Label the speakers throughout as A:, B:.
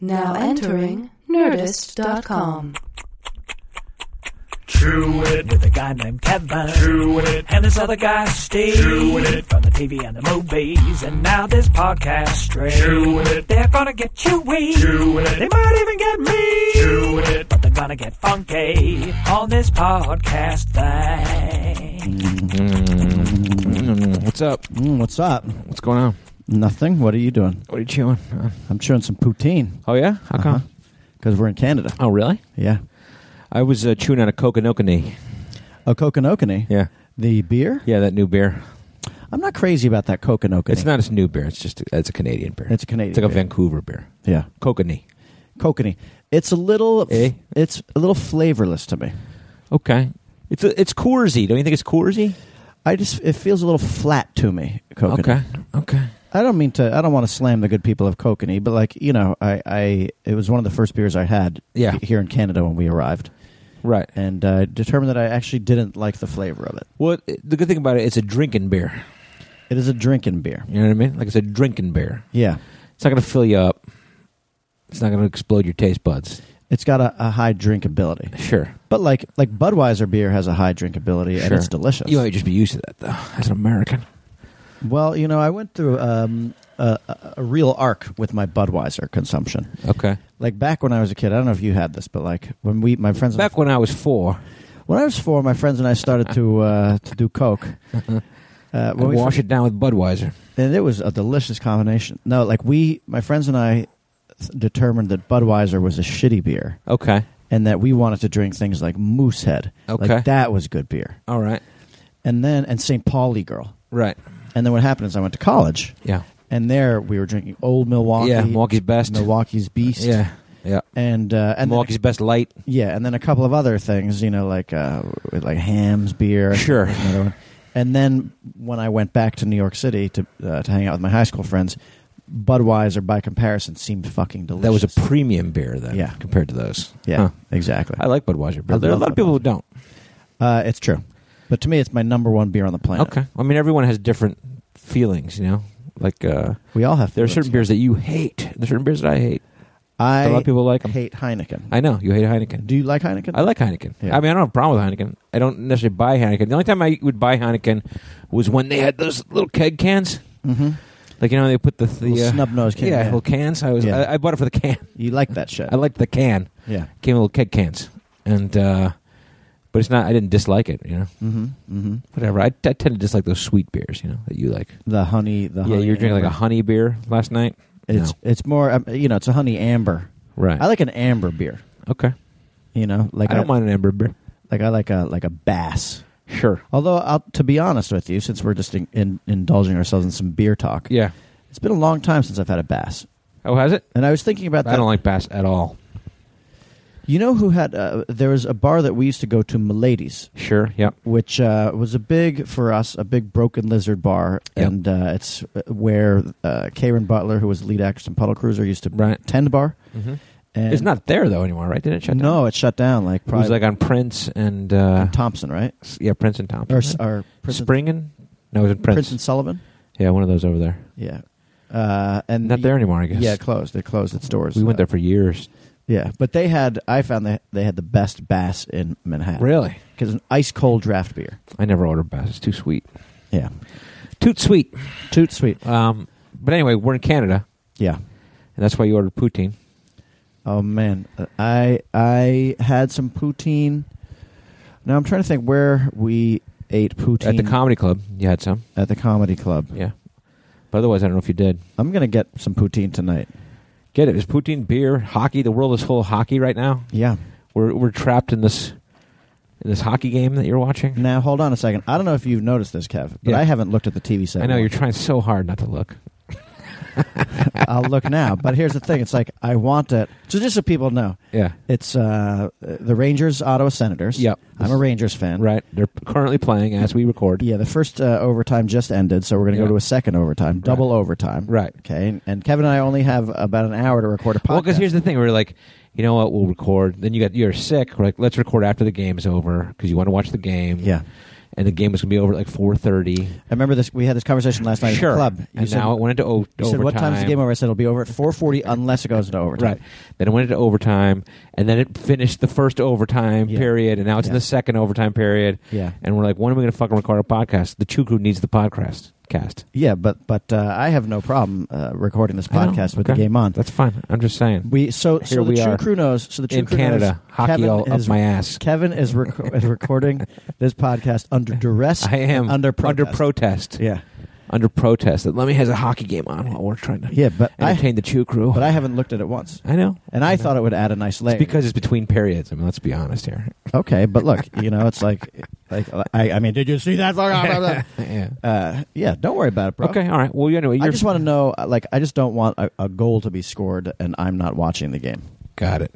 A: Now entering Nerdist.com.
B: Truett
C: with a guy named Kevin.
B: Truett
C: And this other guy, Steve.
B: Truett.
C: From the TV and the movies. And now this podcast stream.
B: Truett.
C: They're gonna get you weak.
B: Truett.
C: They might even get me.
B: Truett.
C: But they're gonna get funky on this podcast thing.
D: Mm, What's up?
E: Mm, what's up?
D: What's going on?
E: Nothing. What are you doing?
D: What are you chewing? Uh,
E: I'm chewing some poutine
D: oh yeah? How come?
E: because we're in Canada.
D: Oh really?
E: Yeah.
D: I was uh, chewing on a Kokonokini.
E: Oh, Kokonokini.
D: Yeah,
E: The beer?
D: yeah, that new beer.
E: I'm not crazy about that Kokonokini.
D: It's not a new beer. It's just it's a Canadian beer.
E: It's a Canadian
D: It's like a
E: beer.
D: Vancouver beer.
E: Yeah.
D: Kokanee.
E: Kokanee. It's a little.
D: Eh?
E: It's a little flavorless to me.
D: Okay. It's a, it's Coorsy. Don't you think it's Coorsy?
E: I just. It feels a little flat to me. Kokanee.
D: Okay. Okay.
E: I don't mean to. I don't want to slam the good people of Kokanee, but like you know, I. I. It was one of the first beers I had.
D: Yeah.
E: Here in Canada when we arrived,
D: Right.
E: and uh, determined that I actually didn't like the flavor of it.
D: Well, it- the good thing about it, it's a drinking beer.
E: It is a drinking beer.
D: You know what I mean? Like it's a drinking beer.
E: Yeah.
D: It's not going to fill you up. It's not going to explode your taste buds.
E: It's got a, a high drinkability.
D: Sure.
E: But like like Budweiser beer has a high drinkability and
D: Sure.
E: it's delicious.
D: You might just be used to that though, as an American.
E: well, you know, I went through um, a, a- a real arc with my Budweiser consumption.
D: Okay.
E: Like back when I was a kid, I don't know if you had this, but like when we my friends and I-
D: Back when I was four,
E: when I was four, my friends and I started to uh, to do coke. Uh,
D: I wash it down with Budweiser.
E: and it was a delicious combination. No, like we, my friends and I, th- determined that Budweiser was a shitty beer,
D: Okay.
E: and that we wanted to drink things like Moosehead.
D: Okay.
E: like that was good beer.
D: All right.
E: And then and St. Pauli Girl.
D: Right.
E: And then what happened is I went to college,
D: Yeah.
E: and there we were drinking Old Milwaukee,
D: Yeah, Milwaukee's best.
E: Milwaukee's Beast,
D: Yeah. Yeah.
E: and uh, and then,
D: Milwaukee's best light.
E: yeah, and then a couple of other things, you know, like uh, with, like hams, beer, I think
D: Sure.
E: was another one. And then when I went back to New York City to uh, to hang out with my high school friends, Budweiser by comparison seemed fucking delicious.
D: That was a premium beer then.
E: Yeah.
D: Compared to those.
E: yeah,
D: Huh.
E: exactly.
D: I like Budweiser beer.
E: I
D: there are a
E: love
D: lot of people who
E: Budweiser.
D: don't.
E: Uh, it's true, but to me, it's my number one beer on the planet.
D: Okay. I mean, everyone has different feelings. You know, like uh,
E: we all have.
D: there are
E: feelings.
D: certain beers that you hate. There's certain beers that I hate.
E: I
D: a lot of people like 'em.
E: hate Heineken.
D: I know you hate Heineken.
E: Do you like Heineken?
D: I like Heineken.
E: Yeah.
D: I mean, I don't have a problem with Heineken. I don't necessarily buy Heineken. The only time I would buy Heineken was when they had those little keg cans.
E: mm-hmm.
D: Like you know, they put the, the uh,
E: Little snub-nosed can,
D: Yeah,
E: yeah.
D: little cans. I was
E: Yeah.
D: I, I bought it for the can.
E: You like that shit?
D: I liked the can.
E: yeah.
D: Came in little keg cans, and uh, but it's not. I didn't dislike it. You know,
E: Mm-hmm. Mm-hmm.
D: whatever. I, I tend to dislike those sweet beers. You know that you like.
E: The honey. The
D: yeah,
E: honey
D: you were drinking like a
E: amber.
D: honey beer last night.
E: Uh-huh. It's it's more. um, You know, it's a honey amber.
D: Right.
E: I like an amber beer.
D: okay.
E: You know, like
D: I don't
E: a-
D: mind an amber beer.
E: Like I like a like a bass.
D: Sure.
E: Although, I'll, to be honest with you, since we're just in, in, indulging ourselves in some beer talk,
D: Yeah.
E: it's been a long time since I've had a bass.
D: Oh, has it?
E: And I was thinking about that.
D: I don't like Bass at all.
E: You know who had? Uh, there was a bar that we used to go to, Milady's,
D: Sure. Yep.
E: which uh, was a big for us, a big Broken Lizard bar,
D: Yep.
E: and uh, it's where uh, Karen Butler, who was lead actress in Puddle Cruiser, used to
D: Right.
E: tend bar.
D: Mm-hmm.
E: And
D: It's not there though anymore, right? Didn't it shut down?
E: No, it shut down. Like
D: It was
E: probably
D: like on Prince and uh,
E: Thompson, right?
D: yeah, Prince and Thompson.
E: Or, or Prince,
D: Springen? No, it was in
E: Prince,
D: Prince.
E: and Sullivan.
D: Yeah, one of those over there.
E: Yeah, uh, and
D: Not there anymore, I guess.
E: Yeah, it closed. They closed its doors.
D: We went
E: Uh,
D: there for years.
E: Yeah, but they had. I found that they had the best bass in Manhattan.
D: Really?
E: Because an ice cold draft beer.
D: I never ordered bass. It's too sweet.
E: Yeah,
D: Too sweet.
E: toot sweet.
D: Um, but anyway, we're in Canada,
E: Yeah.
D: and that's why you ordered poutine.
E: Oh man, I I had some poutine. Now I'm trying to think where we ate poutine
D: At the comedy club, you had some.
E: at the comedy club.
D: Yeah. But otherwise, I don't know if you did.
E: I'm gonna get some poutine tonight.
D: Get it. It's poutine, beer, hockey. The world is full of hockey right now.
E: Yeah.
D: We're, we're trapped in this in this hockey game that you're watching.
E: Now hold on a second. I don't know if you've noticed this, Kev, but
D: Yeah.
E: I haven't looked at the TV set.
D: I know you're trying so hard not to look.
E: I'll look now. But here's the thing: it's like I want it. So just so people know,
D: Yeah.
E: It's uh, the Rangers, Ottawa Senators.
D: Yep.
E: I'm a Rangers fan.
D: Right. They're currently playing as we record.
E: Yeah, the first uh, overtime just ended, so we're going to
D: Yeah.
E: go to a second overtime, double overtime.
D: Right.
E: Okay. And, and Kevin and I only have about an hour to record a podcast.
D: Well, because here's the thing, we're like, you know what, we'll record. Then you got you're sick. We're like, let's record after the game's over because you want to watch the game.
E: Yeah.
D: and the game was going to be over at like four thirty.
E: I remember this. We had this conversation last night
D: Sure.
E: at the club. You
D: and
E: said,
D: now it went into o-
E: you
D: overtime.
E: said, "What time's the game over?" I said, "It'll be over at 4:40 unless it goes into overtime."
D: Right. Then it went into overtime, and then it finished the first overtime
E: Yeah.
D: period, and now it's in
E: Yeah.
D: the second overtime period.
E: Yeah.
D: And we're like, when are we going to fucking record a podcast? The Chew Crew needs the podcast. Cast.
E: Yeah, but but uh, I have no problem uh, recording this
D: I know.
E: podcast with the
D: Okay.
E: game on.
D: That's fine. I'm just saying.
E: We so
D: Here
E: so the
D: we
E: True
D: are.
E: Crew knows. So the True
D: in
E: Crew knows
D: Canada, hockey
E: Kevin
D: all up
E: is-
D: my ass.
E: Kevin is, reco- is recording this podcast under duress.
D: I am
E: under protest.
D: under protest.
E: Yeah,
D: Under protest. That Lemmy has a hockey game on while we're trying to
E: yeah, but I
D: entertain the Chew Crew.
E: but I haven't looked at it once,
D: I know.
E: and I
D: I know.
E: thought it would add a nice layer.
D: It's because it's between periods. I mean, let's be honest here.
E: okay, but look, you know, it's like like I I mean, did you see that? Blah, blah, blah.
D: yeah.
E: Uh, yeah, don't worry about it, bro.
D: Okay. All right. Well, anyway, you're
E: I just want to know, uh, like, I just don't want a, a goal to be scored, and I'm not watching the game.
D: got it.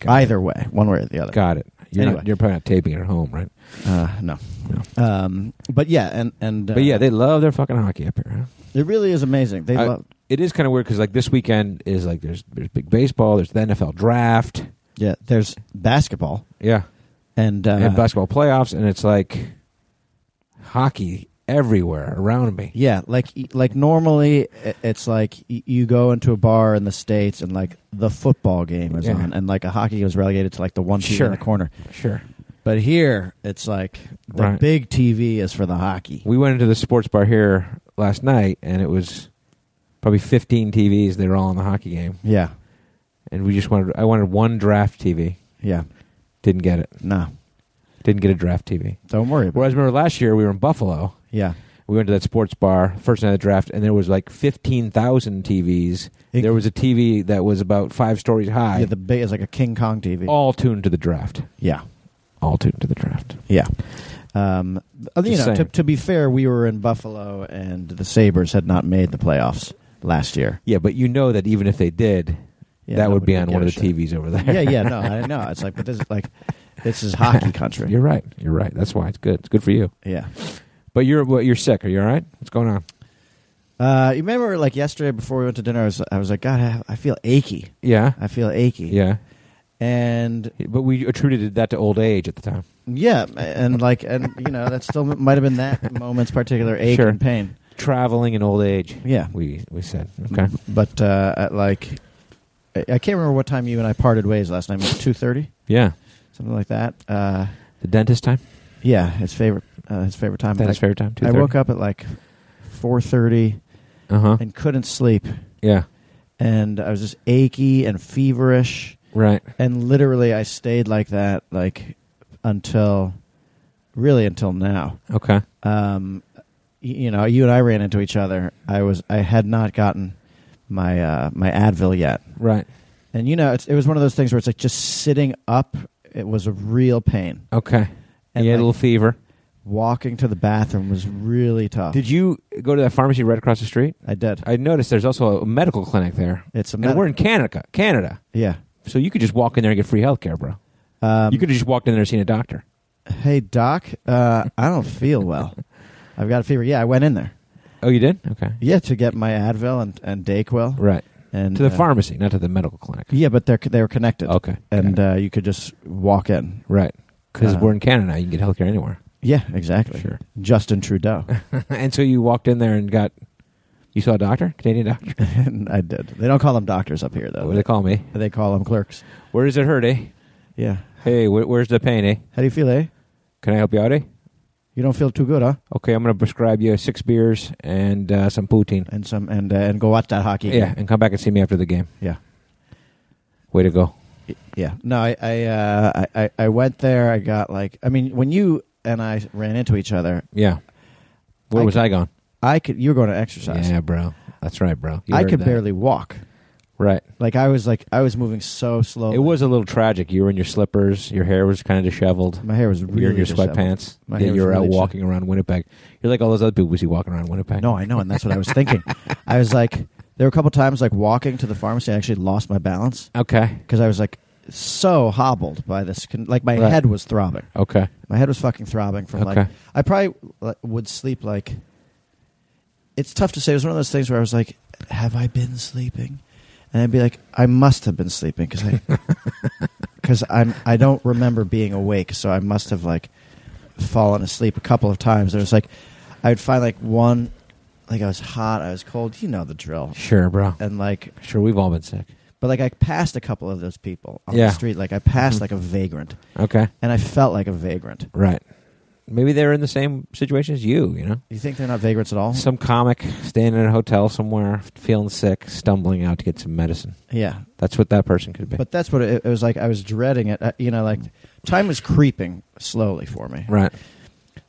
D: Got
E: Either way, one way or the other.
D: It. Got it. You're,
E: Anyway.
D: not, you're probably not taping it at home, right?
E: Uh, no.
D: No.
E: Um, but yeah, and and uh,
D: But yeah, they love their fucking hockey up here. Huh?
E: it really is amazing. They
D: I-
E: love,
D: It is kind of weird because like this weekend is like there's there's big baseball, there's the NFL draft,
E: yeah. There's basketball
D: yeah,
E: and, uh,
D: and basketball playoffs, and it's like hockey everywhere around me.
E: yeah, like e, like normally i- it's like y- you go into a bar in the states and like the football game is
D: Yeah.
E: on, and like a hockey game is relegated to like the one TV
D: Sure.
E: in the corner.
D: Sure.
E: But here it's like the
D: Right.
E: big TV is for the hockey.
D: We went into the sports bar here last night, and it was probably 15 TVs. They were all on the hockey game,
E: Yeah,
D: and we just wanted. I wanted one draft TV.
E: yeah.
D: Didn't get it.
E: No,
D: Didn't get a draft TV.
E: don't worry about.
D: Whereas remember last year we were in Buffalo.
E: it. Yeah,
D: We went to that sports bar first night of the draft, and there was like 15,000 TVs.
E: It-
D: there was a TV that was about five stories high.
E: yeah. The big is like a King Kong TV.
D: all tuned to the draft.
E: Yeah,
D: All tuned to the draft.
E: yeah. Um, uh, you
D: Just
E: know, to,
D: saying.
E: to be fair, we were in Buffalo, and the Sabers had not made the playoffs last year.
D: Yeah, but you know that even if they did,
E: Yeah,
D: that would
E: nobody
D: be on
E: give
D: one
E: a
D: of the
E: shit.
D: TVs over there.
E: yeah, yeah. No, I know. It's like, but this is like, this is hockey country.
D: You're right. You're right. That's why it's good. It's good for you.
E: yeah.
D: But you're what, you're sick. Are you all right? What's going on?
E: Uh, you remember, like yesterday before we went to dinner, I was, I was like, God, I, I feel achy.
D: Yeah.
E: I feel achy.
D: Yeah.
E: And
D: But we attributed that to old age at the time.
E: yeah, and like, and you know, that still might have been that moment's particular ache
D: Sure.
E: and pain.
D: Traveling and old age.
E: Yeah.
D: We we said okay.
E: But uh, at, like, I, I can't remember what time you and I parted ways last night. Two thirty,
D: Yeah.
E: something like that. Uh,
D: The dentist time.
E: yeah, his favorite, uh, his favorite time.
D: Dentist
E: Like,
D: favorite time.
E: I woke up at like four thirty
D: Uh huh.
E: and couldn't sleep,
D: Yeah.
E: and I was just achy and feverish,
D: Right.
E: and literally I stayed like that like until, really until now.
D: Okay.
E: um, y- you know, you and I ran into each other. I was I had not gotten my uh, my Advil yet,
D: Right.
E: and you know, it's, it was one of those things where it's like just sitting up. It was a real pain,
D: Okay.
E: and
D: you had
E: like,
D: a little fever.
E: walking to the bathroom was really tough.
D: Did you go to that pharmacy right across the street?
E: I did.
D: I noticed there's also a medical clinic there.
E: it's a
D: And we're in Canada, Canada.
E: yeah.
D: So you could just walk in there and get free health care, bro.
E: Um,
D: you could have just walked in there and seen a doctor.
E: Hey doc, uh, I don't feel well. I've got a fever. Yeah, I went in there.
D: Oh, you did? Okay.
E: Yeah, to get my Advil and, and Dayquil
D: Right.
E: and
D: To the
E: uh,
D: pharmacy, not to the medical clinic.
E: Yeah, but they're they were connected,
D: Okay.
E: and
D: Got it.
E: uh, you could just walk in.
D: right. Because
E: uh,
D: we're in Canada, you can get health care anywhere.
E: Yeah, exactly.
D: Sure.
E: Justin Trudeau.
D: and so you walked in there and got, you saw a doctor, Canadian doctor.
E: and I did. They don't call them doctors up here, though.
D: what do they call me?
E: They call them clerks.
D: Where does it hurt, eh?
E: Yeah.
D: Hey, wh- where's the pain, eh?
E: How do you feel, eh?
D: Can I help you out, eh?
E: You don't feel too good, huh?
D: Okay, I'm going to prescribe you six beers and uh, some poutine.
E: And some and uh, and go watch that hockey.
D: Yeah, and come back and see me after the game.
E: Yeah.
D: Way to go.
E: Y- Yeah. No, I I, uh, I I I went there. I got like I mean when you and I ran into each other,
D: Yeah. Where
E: I
D: was
E: could-
D: I going?
E: I could you were going to exercise.
D: Yeah, bro. That's right, bro. You
E: I
D: heard
E: could
D: that.
E: barely walk.
D: Right.
E: Like I was like I was moving so slowly.
D: It was a little tragic. You were in your slippers. Your hair was kind of disheveled.
E: my hair was really
D: you were in your
E: disheveled.
D: sweatpants.
E: My
D: yeah,
E: hair
D: you
E: was
D: were out
E: really
D: walking around Winnipeg. You're like all those other people we see walking around Winnipeg.
E: No, I know, and that's what I was thinking. I was like, there were a couple times like walking to the pharmacy, I actually lost my balance.
D: Okay.
E: because I was like so hobbled by this. con- Like my
D: Right.
E: head was throbbing.
D: Okay.
E: My head was fucking throbbing from like
D: Okay.
E: I probably like, would sleep like. It's tough to say. It was one of those things where I was like, "Have I been sleeping?" And I'd be like, "I must have been sleeping because I because I'm I don't remember being awake, so I must have like fallen asleep a couple of times. There was like, I would find like one, like I was hot, I was cold. You know the drill.
D: Sure, bro.
E: And like,
D: Sure, we've all been sick.
E: but like I passed a couple of those people on
D: Yeah.
E: the street. Like I passed
D: Mhm.
E: like a vagrant,
D: Okay.
E: and I felt like a vagrant.
D: Right. Maybe they're in the same situation as you, you know?
E: You think they're not vagrants at all?
D: Some comic staying in a hotel somewhere, feeling sick, stumbling out to get some medicine.
E: yeah,
D: That's what that person could be.
E: but that's what it, it was like. I was dreading it. I, you know, like time was creeping slowly for me.
D: right.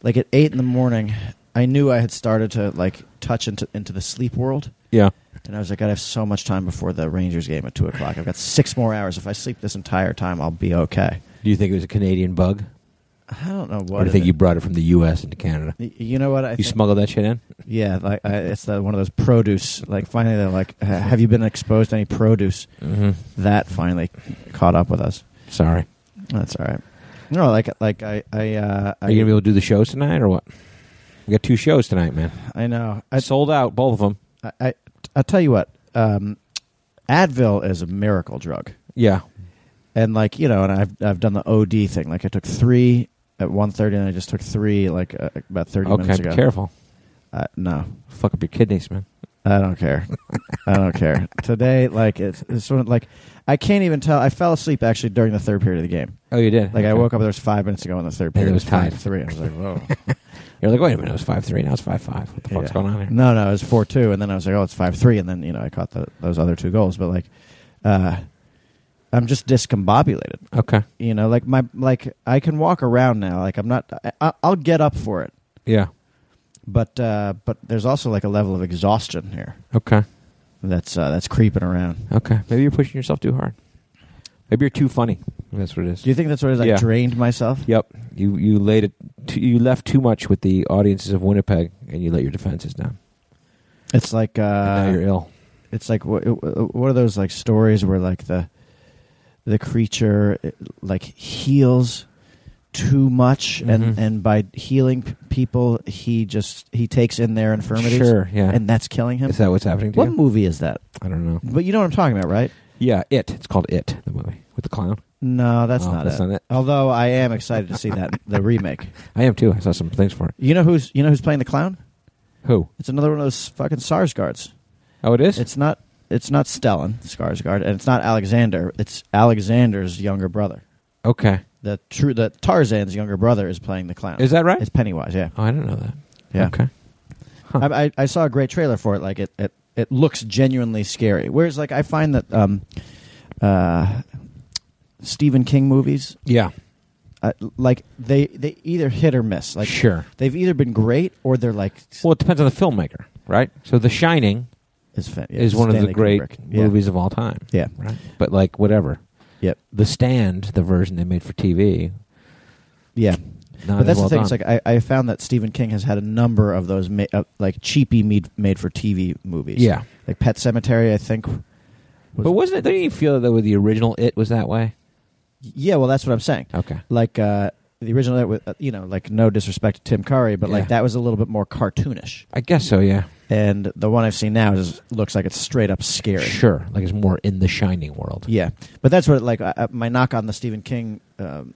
E: Like at eight in the morning, I knew I had started to like touch into into the sleep world.
D: Yeah.
E: And I was like, I have so much time before the Rangers game at two o'clock. I've got six more hours. If I sleep this entire time, I'll be okay.
D: Do you think it was a Canadian bug?
E: I don't know
D: or
E: what.
D: do you
E: it
D: think you
E: is.
D: brought it from the U.S. into Canada?
E: Y- You know what? I
D: you
E: think-
D: smuggled that shit in?
E: Yeah, like I, it's the, one of those produce. Like finally, they're like, "Uh, have you been exposed to any produce?
D: Mm-hmm.
E: That finally caught up with us.
D: Sorry.
E: That's all right. No, like like I I uh,
D: Are you going to be able to do the shows tonight or what? We got two shows tonight, man.
E: I know.
D: I
E: I
D: sold out, both of them.
E: I I, I tell you what. Um, Advil is a miracle drug.
D: Yeah.
E: and like you know, and I've I've done the OD thing. Like I took three at one thirty, and I just took three like uh, about thirty
D: Okay,
E: minutes
D: be
E: ago.
D: careful.
E: Uh, no,
D: Fuck up your kidneys, man.
E: I don't care. I don't care. Today, like it's, it's sort of like I can't even tell. I fell asleep actually during the third period of the game.
D: Oh, you did?
E: Like I
D: Okay.
E: woke up, there was five minutes ago in the third
D: And
E: period.
D: it was tied.
E: three. I was like, whoa.
D: You're like, wait a minute, it was 5'3, now it's 5'5. What the fuck's
E: Yeah.
D: going on here?
E: No, no, it was four two, and then I was like, oh, it's five three, and then you know I caught the, those other two goals, but like, uh, I'm just discombobulated.
D: Okay.
E: You know, like my like I can walk around now. Like I'm not. I- I, I'll get up for it,
D: Yeah.
E: but uh, but there's also like a level of exhaustion here
D: Okay.
E: that's uh, that's creeping around.
D: Okay. Maybe you're pushing yourself too hard. Maybe you're too funny. That's what it is.
E: Do you think that's what it is? I
D: Yeah.
E: drained myself.
D: yep. You you laid it. T- you left too much with the audiences of Winnipeg, and you let your defenses down.
E: It's like
D: And now
E: uh,
D: you're ill.
E: it's like what, what are those like stories where like the the creature it, like heals too much
D: Mhm.
E: and and by healing p- people he just he takes in their infirmities
D: Sure. Yeah.
E: and that's killing him
D: is that what's happening to
E: what
D: you?
E: movie is that
D: I don't know.
E: but you know what i'm talking about right
D: Yeah. It. It's called It. The movie with the clown.
E: no that's
D: Oh,
E: not
D: that's
E: it
D: not it.
E: although i am excited to see that the remake
D: I am too. I saw some things for it.
E: you know who's you know who's playing the clown
D: Who?
E: it's another one of those fucking SARS guards.
D: Oh, it is.
E: It's not it's not Stellan Skarsgård, and it's not Alexander. It's Alexander's younger brother.
D: okay.
E: The true the Tarzan's younger brother is playing the clown.
D: Is that right?
E: It's Pennywise. Yeah,
D: oh, I didn't know that.
E: yeah.
D: Okay. Huh.
E: I, I I saw a great trailer for it. Like it it it looks genuinely scary. Whereas like I find that um uh Stephen King movies
D: yeah.
E: uh, like they they either hit or miss. Like
D: sure.
E: they've either been great or they're like
D: Well, it depends on the filmmaker, right? So The Shining
E: it's fan- yeah,
D: is one of the
E: Stanley
D: great
E: Kubrick. Yeah.
D: movies of all time.
E: Yeah.
D: Right. But like whatever.
E: Yep.
D: The Stand, the version they made for TV,
E: Yeah.
D: not
E: but that's
D: as well
E: the thing.
D: done.
E: It's like I, I found that Stephen King has had a number of those ma- uh, like cheapy made made for TV movies.
D: yeah.
E: like Pet Cemetery, I think. was-
D: But wasn't it? Don't you feel that with the original It was that way?
E: yeah, well, that's what I'm saying.
D: Okay.
E: Like uh, the original, with uh, you know, like no disrespect to Tim Curry, but
D: Yeah.
E: like that was a little bit more cartoonish.
D: I guess so. Yeah.
E: And the one I've seen now is looks like it's straight up scary.
D: Sure. Like it's more in the Shining world.
E: Yeah, but that's what like I, I- my knock on the Stephen King. Um,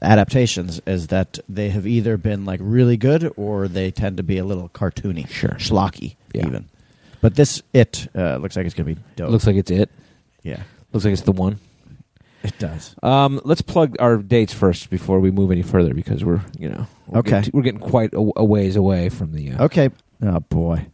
E: adaptations is that they have either been like really good or they tend to be a little cartoony
D: Sure.
E: schlocky
D: Yeah.
E: even. But this it uh, looks like it's gonna be dope.
D: Looks like it's it.
E: yeah,
D: Looks like it's the one.
E: it does.
D: Um, let's plug our dates first before we move any further because we're you know we're
E: Okay.
D: getting, we're getting quite a, a ways away from the. Uh,
E: Okay. Oh boy,
D: Do you want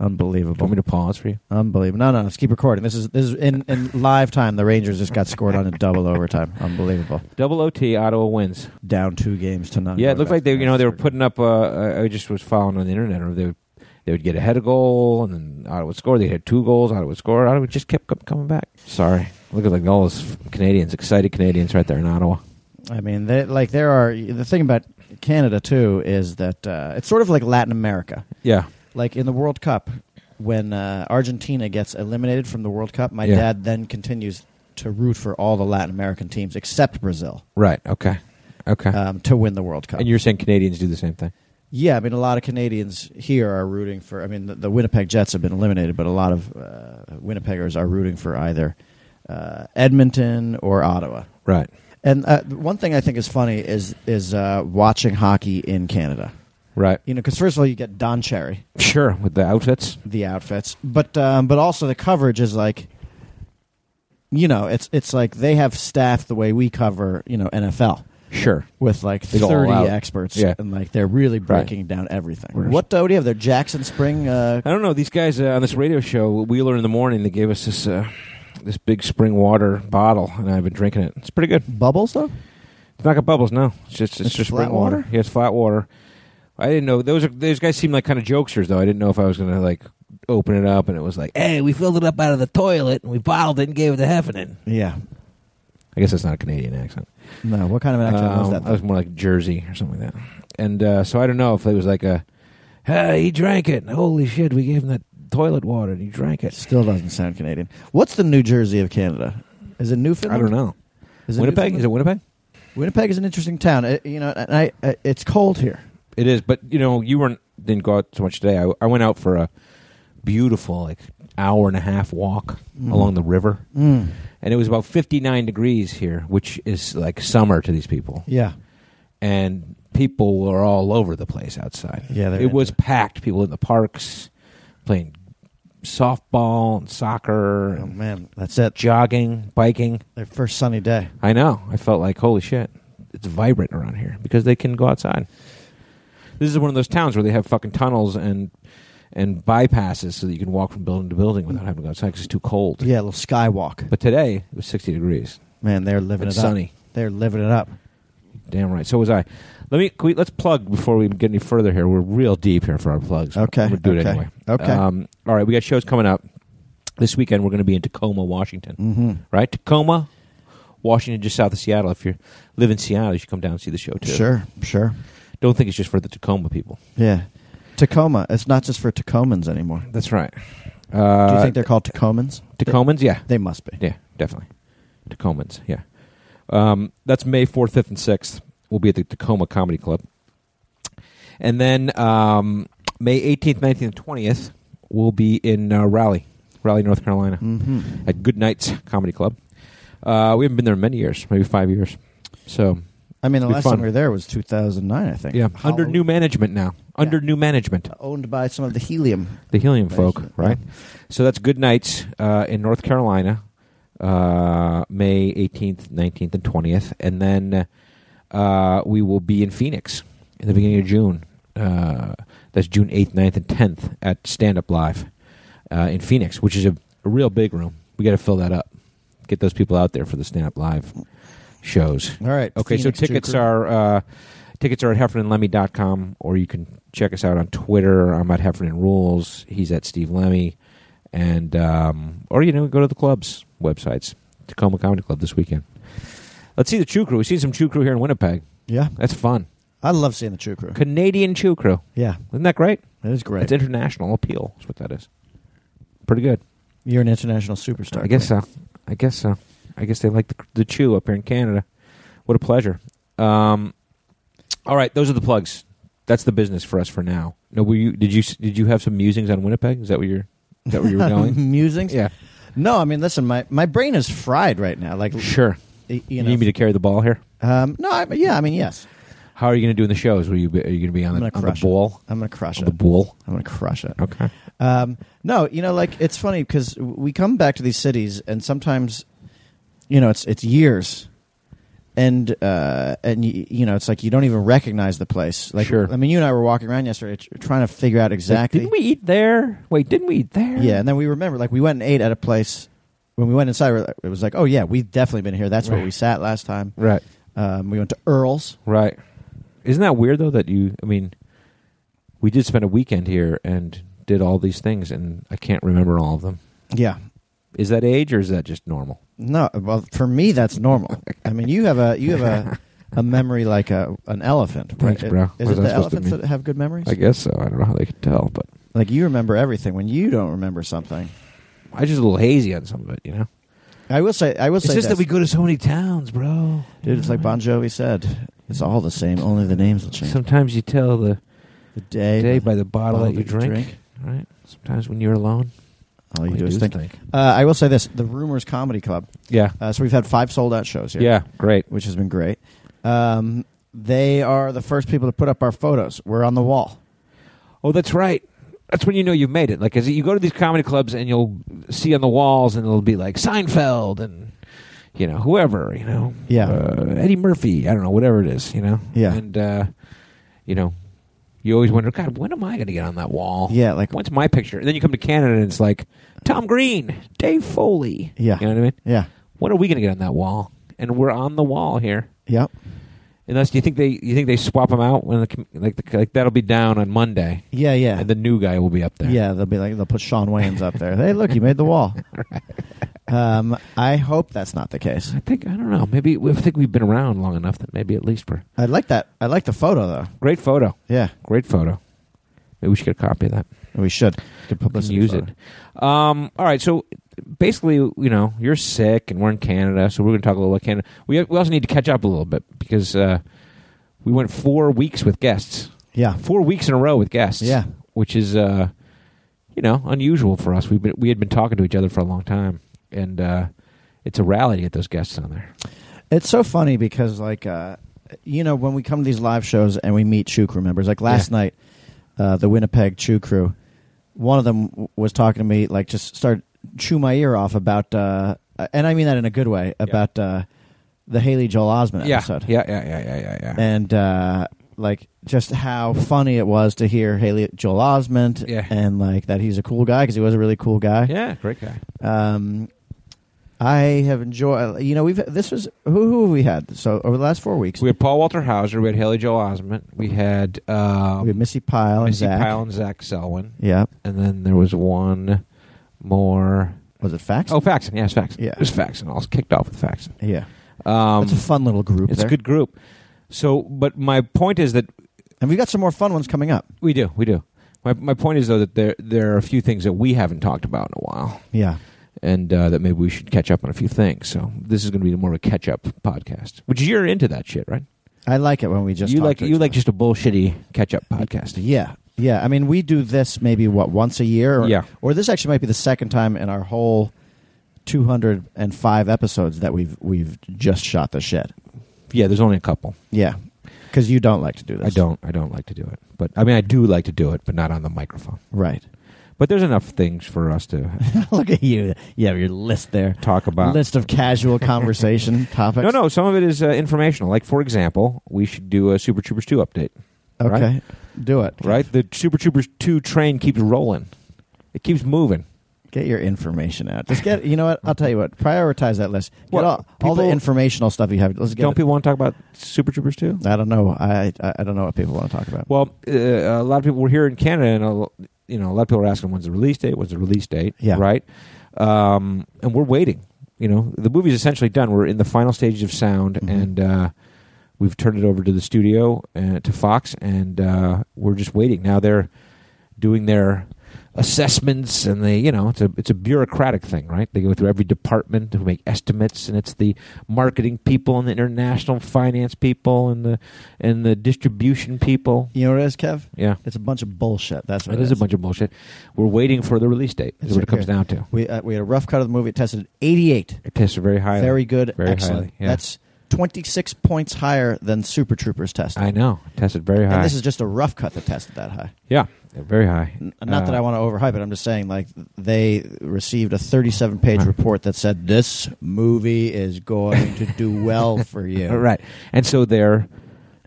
E: unbelievable,
D: me to pause for you?
E: unbelievable. No, no, let's keep recording. This is this is in, in live time. The Rangers just got scored on in double overtime. Unbelievable.
D: Double OT, Ottawa wins.
E: Down two games to none.
D: Yeah, it looked like they, you know, they were
E: putting.
D: putting up. Uh, uh, I just was following on the internet, or they would, they would get ahead a goal, and then Ottawa would score. They had two goals. Ottawa would score. Ottawa just kept com- coming back. Sorry, look at like all those Canadians, excited Canadians, right there in Ottawa.
E: I mean, they, like there are the thing about Canada too is that uh, it's sort of like Latin America.
D: Yeah,
E: Like in the World Cup, when uh, Argentina gets eliminated from the World Cup, my
D: Yeah.
E: dad then continues to root for all the Latin American teams except Brazil
D: right. Okay, okay.
E: um, to win the World Cup.
D: Uh, and you're saying Canadians do the same thing.
E: yeah, I mean, a lot of Canadians here are rooting for. I mean, the, the Winnipeg Jets have been eliminated, but a lot of uh, Winnipeggers are rooting for either uh, Edmonton or Ottawa.
D: Right.
E: And uh, one thing I think is funny is is uh, watching hockey in Canada.
D: Right.
E: You know, because first of all, you get Don Cherry
D: Sure, with the outfits.
E: the outfits, but um, but also the coverage is like, you know, it's it's like they have staff the way we cover you know NFL
D: Sure.
E: with like
D: They go all
E: thirty
D: out.
E: experts
D: Yeah.
E: and like they're really
D: Right.
E: breaking down everything.
D: We're-
E: What uh, what do you have there? Jackson Spring. Uh,
D: I don't know. These guys uh, on this radio show, Wheeler in the morning, they gave us this uh, this big spring water bottle, and I've been drinking it. It's pretty good.
E: Bubbles though,
D: It's not got bubbles. No, it's just it's,
E: It's
D: just
E: flat
D: spring water.
E: water?
D: Yeah, it's flat water. I didn't know those are those guys seem like kind of jokesters though. I didn't know if I was gonna like open it up, and it was like, hey, we filled it up out of the toilet and we bottled it and gave it to Heffernan.
E: yeah.
D: I guess that's not a Canadian accent.
E: No, what kind of an accent was
D: Um,
E: that?
D: I was more like Jersey or something like that. And uh, so I don't know if it was like a, hey, he drank it. Holy shit, we gave him that toilet water and he drank
E: It
D: it.
E: still doesn't sound Canadian. What's the New Jersey of Canada? Is it Newfoundland?
D: I don't know.
E: Is it
D: Winnipeg? Is it
E: Newfoundland?
D: Winnipeg?
E: Winnipeg is an interesting town. It, you know, and I, I, it's cold here.
D: It is, but you know, you weren't didn't go out so much today. I, I went out for a beautiful like hour and a half walk
E: Mm.
D: along the river, and it was about fifty nine degrees here, which is like summer to these people.
E: Yeah,
D: And people were all over the place outside.
E: Yeah, they're
D: it was
E: into
D: packed. People in the parks playing softball and soccer
E: Oh
D: and
E: man, that's it.
D: jogging, biking.
E: Their first sunny day.
D: I know. I felt like holy shit, it's vibrant around here because they can go outside. This is one of those towns where they have fucking tunnels and and bypasses so that you can walk from building to building without having to go outside because it's too cold.
E: Yeah, a little skywalk.
D: But today it was sixty degrees.
E: Man, they're living
D: It's
E: it up.
D: sunny.
E: They're living it up.
D: Damn right. So was I. Let me can we, let's plug before we get any further here. We're real deep here for our plugs.
E: Okay,
D: I'm gonna do it
E: okay,
D: anyway.
E: okay.
D: Um, all right. We got shows coming up this weekend. We're going to be in Tacoma, Washington.
E: Mm-hmm.
D: Right, Tacoma, Washington, just south of Seattle. If you live in Seattle, you should come down and see the show too.
E: Sure, sure.
D: Don't think it's just for the Tacoma people.
E: Yeah, Tacoma. It's not just for Tacomans anymore.
D: That's right.
E: Do
D: Uh,
E: you think they're called Tacomans?
D: Tacomans? Yeah,
E: They must be.
D: yeah, definitely. Tacomans. Yeah. Um, that's May fourth, fifth, and sixth. We'll be at the Tacoma Comedy Club, and then um, May eighteenth, nineteenth, and twentieth, we'll be in uh, Raleigh, Raleigh, North Carolina,
E: Mm-hmm.
D: at Good Nights Comedy Club. Uh, we haven't been there in many years, maybe five years. So
E: I mean, the
D: Be
E: last
D: fun.
E: time we were there was 2009, I think.
D: yeah, under
E: Halloween-
D: new management now. Under new management,
E: owned by some of the helium.
D: the Helium folk, right? So that's Good Nights uh, in North Carolina, uh, May 18th, 19th, and 20th. And then uh, we will be in Phoenix in the beginning of June. Uh, that's June 8th, 9th, and 10th at Stand Up Live uh, in Phoenix, which is a, a real big room. We got to fill that up. Get those people out there for the Stand Up Live shows.
E: All right.
D: Okay,
E: Phoenix
D: so tickets
E: Juker.
D: are uh, tickets are at heffernanlemmy.com or you can check us out on Twitter. I'm at Heffernan Rules. He's at Steve Lemmy. And um, or you know, go to the club's websites. Tacoma Comedy Club this weekend. Let's see the Chew Crew. We've seen some Chew Crew here in Winnipeg.
E: Yeah,
D: That's fun.
E: I love seeing the True Crew.
D: Canadian Chew Crew.
E: Yeah,
D: Isn't that great?
E: that is great.
D: It's international appeal. That's what that is. Pretty good.
E: You're an international superstar.
D: I guess
E: Clay.
D: so. I guess so. I guess they like the, the chew up here in Canada. What a pleasure. Um, all right, those are the plugs. That's the business for us for now. No, were you did you did you have some musings on Winnipeg? Is that where you're is that where you were going?
E: Musings.
D: yeah,
E: No, I mean, listen, my, my brain is fried right now. Like,
D: sure.
E: y- you
D: You
E: know,
D: need me to carry the ball here?
E: um, no, I, yeah, I mean, yes,
D: How are you going to do in the shows? Will you be, are you going to be on
E: I'm
D: the,
E: gonna
D: on the
E: crush it.
D: ball?
E: I'm gonna crush
D: On
E: it.
D: the ball.
E: I'm gonna crush it.
D: Okay.
E: Um, no, you know, like it's funny because we come back to these cities, and sometimes, you know, it's it's years, and uh, and you, you know, it's like you don't even recognize the place. Like,
D: Sure.
E: I mean, you and I were walking around yesterday tr- trying to figure out exactly.
D: Didn't we eat there? Wait, didn't we eat there?
E: Yeah, and then we remember, like, we went and ate at a place. When we went inside, we're like- it was like, oh yeah, we've definitely been here. That's where
D: Right.
E: we sat last time.
D: Right.
E: Um, we went to Earl's.
D: Right. Isn't that weird though that you I mean we did spend a weekend here and did all these things and I can't remember all of them.
E: Yeah.
D: Is that age or is that just normal?
E: No, well, for me that's normal. I mean, you have a you have a, a memory like a an elephant.
D: Thanks, bro. What
E: Is
D: was
E: it
D: I
E: the
D: supposed to
E: elephants
D: mean?
E: that have good memories?
D: I guess so. I don't know how they could tell, but
E: like you remember everything when you don't remember something.
D: I just a little hazy on some of it, you know.
E: I will say. I will say this.
D: go to so many towns, bro.
E: Dude, it's like Bon Jovi said. It's all the same. Only the names will change.
D: Sometimes you tell the
E: the day,
D: day by the bottle
E: bottle
D: that you drink, right? Sometimes when you're alone,
E: All you
D: We
E: do is
D: do
E: think.
D: think.
E: Uh, I will say this: the Rumors Comedy Club.
D: Yeah.
E: Uh, so we've had five sold out shows here.
D: Yeah. Great.
E: which has been great. Um, they are the first people to put up our photos. We're on the wall.
D: Oh, that's right. That's when you know you've made it. Like, as you go to these comedy clubs and you'll see on the walls, and it'll be like Seinfeld and you know whoever, you know,
E: Yeah.
D: uh, Eddie Murphy. I don't know, whatever it is, you know.
E: Yeah.
D: And uh, you know, you always wonder, God, when am I going to get on that wall?
E: Yeah, like-
D: when's my picture? And then you come to Canada, and it's like Tom Green, Dave Foley.
E: Yeah.
D: You know what I mean?
E: Yeah.
D: When are we going to get on that wall? And we're on the wall here.
E: Yep.
D: Unless you think they, you think they swap them out when the, com- like, the, like that'll be down on Monday,
E: Yeah. Yeah.
D: and the new guy will be up there.
E: Yeah. They'll be like they'll put Sean Wayans up there. Hey, look, you made the wall. Um, I hope that's not the case.
D: I think I don't know. Maybe we I think we've been around long enough that maybe at least we're
E: I like that. I like the photo though.
D: great photo.
E: Yeah,
D: Great photo. Maybe we should get a copy of that.
E: we should. Good
D: We can
E: publicity
D: use
E: photo.
D: it. Um, all right. So basically, you know, you're sick and we're in Canada, so we're going to talk a little about Canada. We we also need to catch up a little bit because uh, we went four weeks with guests,
E: Yeah.
D: four weeks in a row with guests.
E: Yeah.
D: which is uh, you know unusual for us. We have been we had been talking to each other for a long time, and uh, it's a rally to get those guests on there.
E: It's so funny because like uh, you know when we come to these live shows and we meet Chew Crew members. Like last
D: Yeah.
E: night, uh, the Winnipeg Chew Crew. One of them w- was talking to me like just started chew my ear off about, uh, and I mean that in a good way about uh, the Haley Joel Osment
D: Yeah,
E: episode.
D: yeah, yeah, yeah, yeah, yeah, yeah.
E: and uh, like just how funny it was to hear Haley Joel Osment
D: Yeah.
E: and like that he's a cool guy because he was a really cool guy.
D: Yeah, great guy.
E: Um, I have enjoyed. You know, we've this was who who have we had so over the last four weeks.
D: So we had Paul Walter Hauser, we had Haley Joel Osment, we had uh,
E: we had Missy Pyle
D: Missy
E: and Zach.
D: Pyle and Zach Selwyn,
E: Yeah,
D: and then there was one more.
E: was it Fax?
D: Oh, Faxon. Yes, Faxon.
E: Yeah.
D: it was Faxon. I was kicked off with Faxon.
E: yeah.
D: Um,
E: That's a fun little group.
D: it's a
E: there.
D: good group. So, but my point is that
E: and we got some more fun ones coming up.
D: we do, we do. My my point is though that there there are a few things that we haven't talked about in a while,
E: Yeah,
D: and uh, that maybe we should catch up on a few things. So this is going to be more of a catch up podcast. Which you're into that shit, right?
E: I like it when we just
D: you
E: talk
D: like
E: to
D: you
E: each
D: like
E: other.
D: just a bullshitty catch up podcast.
E: yeah. Yeah, I mean, we do this maybe what once a year, or,
D: Yeah.
E: or this actually might be the second time in our whole two hundred and five episodes that we've we've just shot the shit.
D: Yeah, there's only a couple.
E: Yeah, because you don't like to do this.
D: I don't. I don't like to do it. But I mean, I do like to do it, but not on the microphone.
E: Right.
D: But there's enough things for us to
E: Look at you. You have your list there.
D: talk about.
E: List of casual conversation topics.
D: No, no. Some of it is uh, informational. Like for example, we should do a Super Troopers two update.
E: Okay.
D: right?
E: Do it.
D: Right? The Super Troopers two train keeps rolling. It keeps moving.
E: Get your information out. Just get. You know what? I'll tell you what. Prioritize that list. Get
D: Well,
E: all, all the
D: people-
E: informational stuff you have. Let's get.
D: Don't
E: it.
D: people want to talk about Super Troopers two?
E: I don't know. I, I I don't know what people want to talk about.
D: Well, uh, a lot of people were here in Canada, and a, lo- you know, a lot of people are asking, "When's the release date? When's the release date?"
E: Yeah.
D: right. Um, and we're waiting. You know, the movie's essentially done. We're in the final stages of sound,
E: Mhm.
D: and uh, we've turned it over to the studio uh, to Fox, and uh, we're just waiting. Now they're doing their assessments, and they, you know, it's a it's a bureaucratic thing, right? They go through every department to make estimates, and it's the marketing people and the international finance people and the and the distribution people.
E: you know what it is, Kev?
D: Yeah.
E: It's a bunch of bullshit. That's what
D: It is a bunch of bullshit. We're waiting for the release date. Is
E: It's
D: what it
E: right
D: comes
E: here.
D: down to.
E: We uh, we had a rough cut of the movie. It tested eighty eight.
D: It tests very highly.
E: Very good.
D: Very
E: excellent.
D: highly, yeah.
E: That's twenty six points higher than Super Troopers tested.
D: I know. It Tested very high.
E: And this is just a rough cut that tested that high.
D: yeah, very high.
E: N- Not that
D: Uh,
E: I want to overhype it. I'm just saying, like, they received a 37 page
D: Right.
E: report that said this movie is going to do well for you.
D: Right. And so they're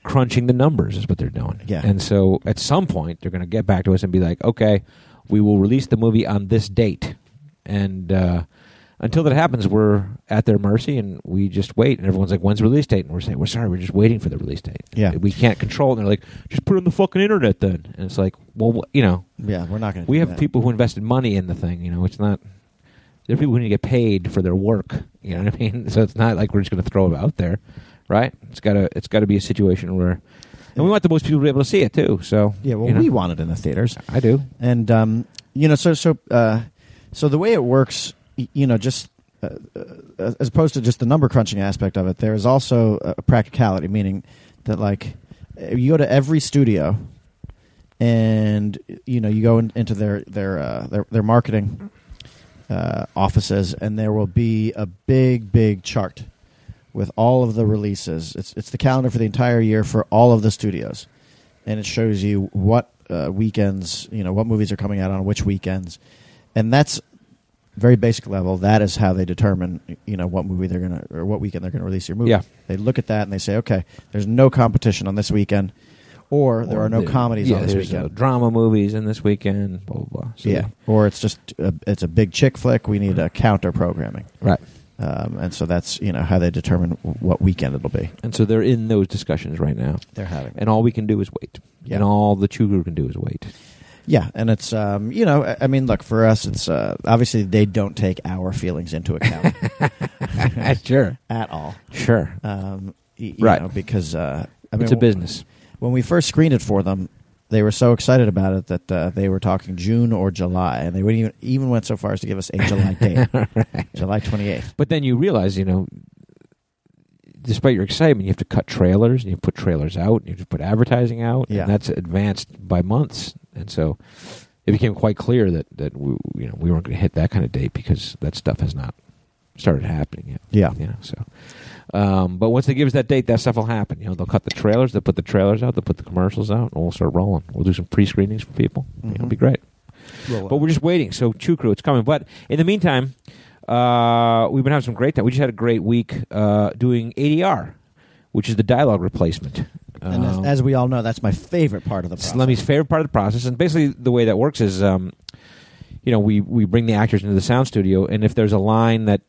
D: crunching the numbers is what they're doing.
E: Yeah.
D: And so at some point they're going to get back to us and be like, okay, we will release the movie on this date. And uh, until that happens, we're at their mercy and we just wait. And everyone's like, when's the release date? And we're saying, we're sorry, we're just waiting for the release date.
E: Yeah.
D: We can't control it. And they're like, just put it on the fucking internet then. And it's like, well, wh- you know,
E: Yeah, we're not going to.
D: we
E: do
D: have
E: that.
D: people who invested money in the thing. You know, it's not. There are people who need to get paid for their work. You know what I mean? So it's not like we're just going to throw it out there, right? It's got to. It's got to be a situation where, and we want the most people to be able to see it too. So
E: Yeah, well,
D: you know,
E: we want it in the theaters,
D: I do.
E: and um, you know, so so uh, so the way it works, y- you know, just. Uh, uh, as opposed to just the number crunching aspect of it, there is also a practicality, meaning that like uh, you go to every studio, and you know you go in, into their their uh, their, their marketing, uh, offices, and there will be a big, big chart with all of the releases. It's it's the calendar for the entire year for all of the studios, and it shows you what uh, weekends, you know, what movies are coming out on which weekends, and that's very basic level. That is how they determine, you know, what movie they're gonna or what weekend they're gonna release your movie.
D: Yeah.
E: They look at that and they say, okay, there's no competition on this weekend, or there
D: Or
E: are no
D: the-
E: comedies
D: yeah,
E: on this
D: there's
E: weekend.
D: no drama movies in this weekend. Blah blah. blah. So,
E: yeah, or it's just a, it's a big chick flick. We need a counter programming,
D: Right.
E: um, and so that's you know how they determine what weekend it'll be.
D: And so they're in those discussions right now,
E: They're having
D: and all we can do is wait.
E: Yeah.
D: And all the chew group can do is wait.
E: yeah, and it's um, you know I- I mean look for us it's uh, obviously they don't take our feelings into account
D: sure.
E: at all,
D: Sure.
E: um, y- you
D: Right.
E: know, because uh, I mean
D: it's a
E: w-
D: business.
E: when we first screened it for them, they were so excited about it that uh, they were talking June or July, and they wouldn't even even went so far as to give us a July date, July twenty eighth.
D: But then you realize, you know, despite your excitement, you have to cut trailers and you put trailers out and you have to put advertising out.
E: Yeah.
D: And that's advanced by months. And so it became quite clear that, that we, you know, we weren't going to hit that kind of date because that stuff has not started happening yet.
E: Yeah,
D: You know, so. Um, but once they give us that date, that stuff will happen. You know, they'll cut the trailers, they'll put the trailers out, they'll put the commercials out, and we'll start rolling. We'll do some pre screenings for people. It'll
E: Mhm.
D: be great.
E: Well,
D: But we're just waiting. So Chew Crew, it's coming. But in the meantime, uh, we've been having some great time. We just had a great week uh, doing ADR, which is the dialogue replacement.
E: And as,
D: Um,
E: as we all know, that's my favorite part of the
D: it's
E: process.
D: Lemmy's favorite part of the process, and basically the way that works is, um, you know, we we bring the actors into the sound studio, and if there's a line that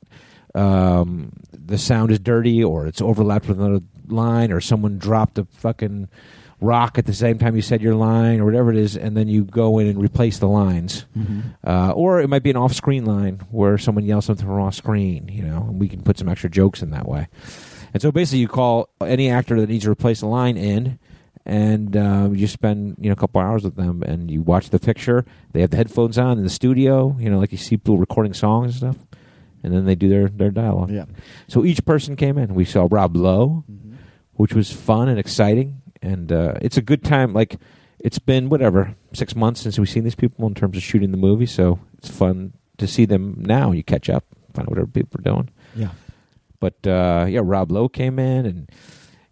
D: um, the sound is dirty or it's overlapped with another line, or someone dropped a fucking rock at the same time you said your line, or whatever it is, and then you go in and replace the lines,
E: Mm-hmm.
D: uh, or it might be an off-screen line where someone yells something from off screen, you know, and we can put some extra jokes in that way. And so basically, you call any actor that needs to replace a line in, and um, you spend you know a couple hours with them, and you watch the picture. They have the headphones on in the studio, you know, like you see people recording songs and stuff, and then they do their their dialogue.
E: Yeah.
D: So each person came in. We saw Rob Lowe,
E: Mm-hmm.
D: which was fun and exciting, and uh, it's a good time. Like it's been whatever six months since we've seen these people in terms of shooting the movie, so it's fun to see them now. You catch up, find out whatever people are doing.
E: Yeah.
D: But uh, yeah, Rob Lowe came in, and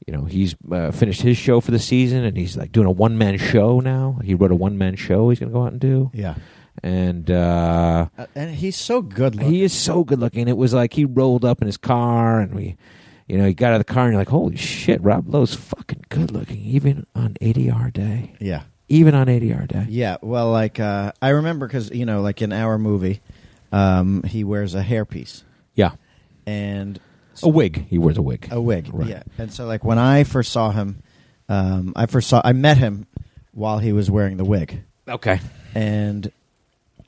D: you know he's uh, finished his show for the season, and he's like doing a one man show now. He wrote a one man show. He's going to go out and do,
E: Yeah.
D: and uh,
E: Uh, and he's so good looking.
D: he is so good looking. It was like he rolled up in his car, and we, you know, he got out of the car, and you're like, holy shit, Rob Lowe's fucking good looking, even on ADR day,
E: yeah.
D: even on ADR day.
E: Yeah. Well, like, uh, I remember because, you know, like in our movie, um, he wears a hairpiece
D: Yeah,
E: and
D: a wig. He wears a wig.
E: a wig.
D: Right.
E: Yeah. And so, like, when I first saw him, um, I first saw, I met him while he was wearing the wig.
D: Okay.
E: and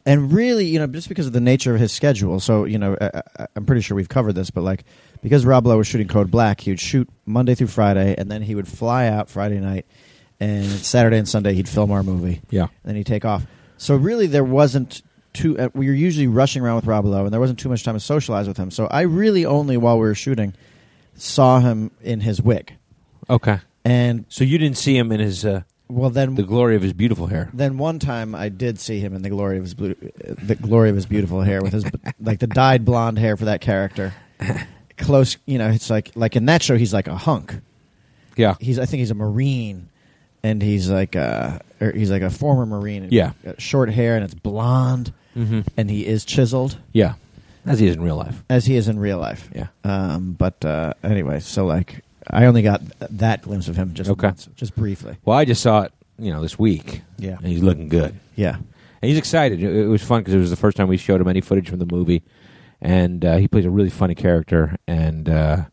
E: and really, you know, just because of the nature of his schedule. So, you know, I, I, I'm pretty sure we've covered this, but like because Rob Lowe was shooting Code Black, he would shoot Monday through Friday, and then he would fly out Friday night, and Saturday and Sunday he'd film our movie,
D: Yeah.
E: and then he'd take off. So really, there wasn't too. Uh, we were usually rushing around with Rob Lowe, and there wasn't too much time to socialize with him. So I really only while we were shooting saw him in his wig,
D: Okay.
E: and
D: So you didn't see him in his uh,
E: well, then
D: the glory of his beautiful hair.
E: Then one time I did see him in the glory of his blue, uh, the glory of his beautiful hair with his like the dyed blonde hair for that character. Close, you know, it's like like in that show he's like a hunk.
D: Yeah.
E: He's I think he's a marine, and he's like uh or he's like a former marine.
D: Yeah.
E: Got short hair and it's blonde,
D: Mm-hmm.
E: and he is chiseled
D: Yeah, as he is in real life.
E: as he is in real life.
D: Yeah.
E: Um, but uh, anyway, so like I only got th- that glimpse of him just
D: Okay.
E: once, just briefly.
D: Well, I just saw it, you know, this week,
E: Yeah.
D: and he's looking good,
E: Yeah.
D: and he's excited. It, it was fun because it was the first time we showed him any footage from the movie, and uh, he plays a really funny character and uh,